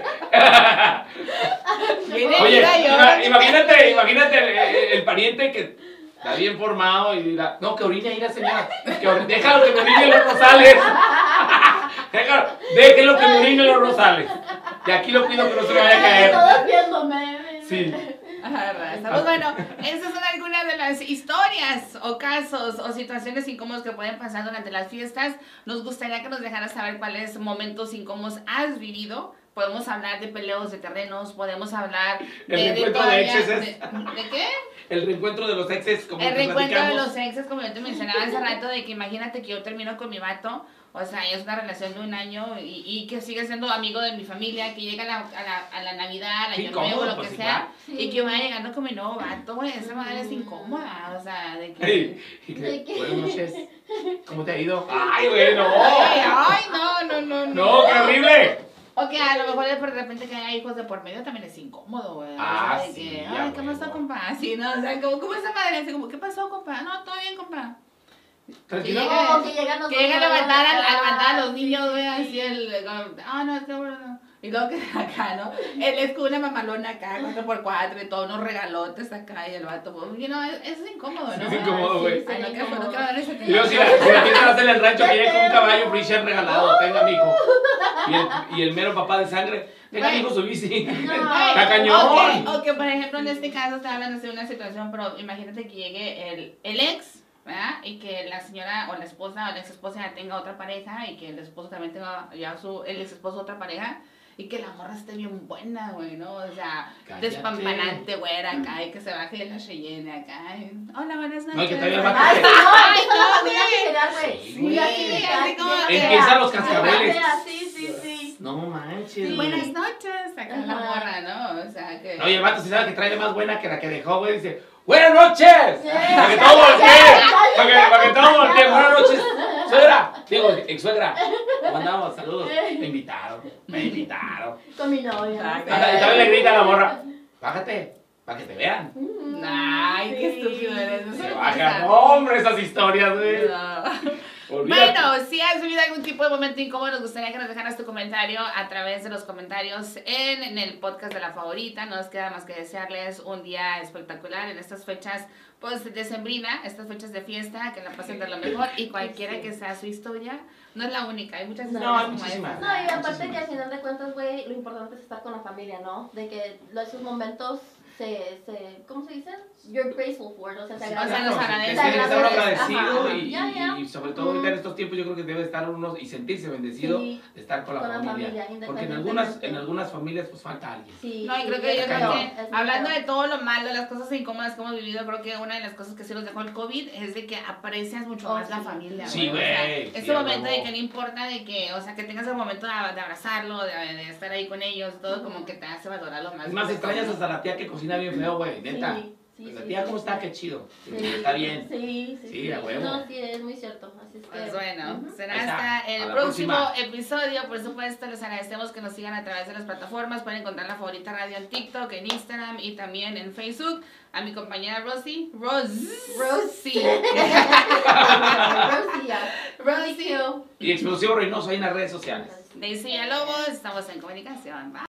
Speaker 1: viene,
Speaker 3: Oye,
Speaker 1: mira, yo-
Speaker 3: ima- imagínate, imagínate el, el- el pariente que está bien formado y dirá, no, que orine ahí la señora. Que or- déjalo que me orine los rosales. déjalo, déjelo que me orine los rosales. De aquí lo cuido que no se me vaya a caer.
Speaker 2: Todos viéndome.
Speaker 3: Sí.
Speaker 1: Ajá, raza. Pues bueno, esas son algunas de las historias o casos o situaciones incómodas que pueden pasar durante las fiestas. Nos gustaría que nos dejaras saber cuáles momentos incómodos has vivido. Podemos hablar de peleos de terrenos, podemos hablar de,
Speaker 3: El reencuentro de exes
Speaker 1: de,
Speaker 3: es-
Speaker 1: ¿de qué?
Speaker 3: El reencuentro de los exes, como
Speaker 1: El
Speaker 3: que
Speaker 1: reencuentro de
Speaker 3: platicamos.
Speaker 1: los exes, como yo te mencionaba hace rato, de que imagínate que yo termino con mi vato, o sea, es una relación de un año y, y que sigue siendo amigo de mi familia, que llega a la, a la, a la Navidad, al
Speaker 3: Qué
Speaker 1: Año Nuevo,
Speaker 3: incómodo,
Speaker 1: lo
Speaker 3: pues,
Speaker 1: que
Speaker 3: sí,
Speaker 1: sea,
Speaker 2: va.
Speaker 1: y que vaya llegando con mi nuevo vato, güey, esa madre es incómoda, o sea, de que...
Speaker 3: Ey, y que,
Speaker 2: ¿De qué?
Speaker 3: Buenas noches. ¿Cómo te ha ido? ¡Ay, güey, no!
Speaker 1: Ay, ay, no, no, no, no.
Speaker 3: ¡No, qué horrible!
Speaker 1: O que a lo mejor de repente que haya hijos de por medio también es incómodo, güey. o sea,
Speaker 3: Ah,
Speaker 1: de
Speaker 3: sí,
Speaker 1: que,
Speaker 3: ya,
Speaker 1: ay, ¿qué
Speaker 3: güey,
Speaker 1: pasó,
Speaker 3: no.
Speaker 1: compa? Así, ¿no? O sea, como, ¿cómo esa madre? Así como, ¿qué pasó, compa? No, todo bien, compa.
Speaker 3: Tranquilo.
Speaker 1: llega-
Speaker 2: No, que llegan los Ah,
Speaker 1: Que llega a
Speaker 2: dos,
Speaker 1: levantar, a,
Speaker 2: ¿verdad?
Speaker 1: a levantar a los niños, güey, así el. como, Ah, no, es que bueno. Y luego que acá, ¿no? Él es con una mamalona acá, 4x4 y todo, unos regalotes acá y el vato, pues, you know, es, es incómodo, ¿no?
Speaker 3: Es incómodo, güey.
Speaker 1: Ay, no, qué bueno, qué bueno, ese
Speaker 3: Y luego si la, si la fiesta va a ser en el rancho, viene con un caballo Frisian regalado, tenga mijo. Y el, y el mero papá de sangre, tenga
Speaker 1: Güey.
Speaker 3: mijo su bici.
Speaker 2: No.
Speaker 1: Ay,
Speaker 3: Está cañón.
Speaker 1: O que, o que, por ejemplo, en este caso te hablan de una situación, pero imagínate que llegue el, el ex, ¿verdad? Y que la señora o la esposa o la ex esposa ya tenga otra pareja y que el esposo también tenga ya su, el ex esposo otra pareja. Y que la morra esté bien buena, güey, ¿no? O sea,
Speaker 3: Cállate.
Speaker 1: despampanante, güey, acá, y que se baje de la Cheyenne acá. y, Hola, buenas noches.
Speaker 3: No, y que todavía el vato
Speaker 2: Ay,
Speaker 3: se-
Speaker 2: no,
Speaker 1: Ay, no,
Speaker 2: no,
Speaker 1: güey.
Speaker 2: mira que llegar, güey.
Speaker 3: Sí,
Speaker 1: güey.
Speaker 2: Mira que llegar,
Speaker 1: Así como
Speaker 2: mira
Speaker 1: que-
Speaker 2: que
Speaker 3: Empiezan los
Speaker 2: llegar.
Speaker 3: cascabeles.
Speaker 2: Sí, sí, sí.
Speaker 3: No manches, güey.
Speaker 1: Buenas noches, acá la
Speaker 2: Ajá.
Speaker 1: morra, ¿no? O sea, que...
Speaker 3: No, y el vato sí sabe que trae más buena que la que dejó, güey. Dice, ¡Buenas noches!
Speaker 2: Sí.
Speaker 3: Para que todo voltee. Para que, para que todo voltee. Buenas noches, suegra. Digo, ex suegra. ¿Cómo andamos? Saludos. Me invitaron. Me invitaron.
Speaker 2: Con mi novia.
Speaker 1: Ah,
Speaker 2: no sé.
Speaker 3: Baja- Y todavía le grita a la morra. Bájate, para que te vean.
Speaker 2: Mm,
Speaker 1: Ay, qué
Speaker 2: sí.
Speaker 1: estúpido eres. no
Speaker 3: Se
Speaker 1: lo
Speaker 3: bajan.
Speaker 1: pasa.
Speaker 3: No, hombre, esas historias, güey.
Speaker 1: No.
Speaker 3: Olvídate.
Speaker 1: Bueno, si has vivido algún tipo de momento incómodo, nos gustaría que nos dejaras tu comentario a través de los comentarios en, en el podcast de la favorita. No nos queda más que desearles un día espectacular en estas fechas pues decembrina, estas fechas de fiesta, que la pasen de lo mejor y cualquiera que sea su historia, no es la única, hay muchas
Speaker 2: No,
Speaker 1: historias
Speaker 3: hay
Speaker 1: como
Speaker 3: muchísimas.
Speaker 1: esta.
Speaker 2: No, y aparte que al final de cuentas, güey, lo importante es estar con la familia, ¿no? De que lo- esos momentos se, se, ¿cómo se dice? You're grateful for it, o sea, se
Speaker 3: Sí,
Speaker 1: sea,
Speaker 2: agradece.
Speaker 1: nos
Speaker 3: claro,
Speaker 1: agradece.
Speaker 3: es que debe estar uno agradecido
Speaker 2: Ajá.
Speaker 3: y,
Speaker 2: Ya, ya.
Speaker 3: y sobre todo ahorita en estos tiempos yo creo que debe estar uno y sentirse bendecido
Speaker 2: Sí,
Speaker 3: de estar con la
Speaker 2: Con la
Speaker 3: familia.
Speaker 2: familia,
Speaker 3: Porque en algunas, en algunas familias pues falta alguien.
Speaker 2: sí.
Speaker 1: No, y creo que
Speaker 2: es
Speaker 1: yo creo
Speaker 2: feo,
Speaker 1: que,
Speaker 2: es muy
Speaker 1: hablando
Speaker 2: feo.
Speaker 1: de todo lo malo, las cosas incómodas que hemos vivido, creo que una de las cosas que sí nos dejó el COVID es de que aprecias mucho
Speaker 2: Oh,
Speaker 1: más la
Speaker 2: sí.
Speaker 1: familia.
Speaker 3: Sí,
Speaker 1: O sea,
Speaker 3: güey, sí,
Speaker 1: ese
Speaker 3: a
Speaker 1: momento de
Speaker 3: huevo.
Speaker 1: que no importa de que, o sea, que tengas el momento de, de abrazarlo, de, de estar ahí con ellos, todo como que te hace valorar lo más.
Speaker 3: Es más, extrañas hasta la tía que cocina bien feo, güey, neta. Pues,
Speaker 2: Sí, sí,
Speaker 1: pues,
Speaker 3: la
Speaker 2: sí,
Speaker 3: tía,
Speaker 2: sí.
Speaker 3: ¿cómo está? Qué chido.
Speaker 2: Sí,
Speaker 3: Está bien.
Speaker 2: Sí, sí.
Speaker 3: Sí, a huevo.
Speaker 2: No, sí, es muy cierto. Así es que.
Speaker 1: Pues bueno,
Speaker 2: Eh, Ujú.
Speaker 1: será
Speaker 3: Ahí está.
Speaker 1: hasta
Speaker 3: A
Speaker 1: el
Speaker 3: la
Speaker 1: próximo
Speaker 3: próxima.
Speaker 1: episodio. Por supuesto, les agradecemos que nos sigan a través de las plataformas. Pueden encontrar la favorita radio en TikTok, en Instagram y también en Facebook. A mi compañera Rosy. Ros- Rosy.
Speaker 2: Rosie, ya.
Speaker 1: Rosy.
Speaker 2: Thank you.
Speaker 3: Y Explosivo Reynoso ahí en las redes sociales.
Speaker 1: Daisy Villalobos. Estamos en comunicación. Bye.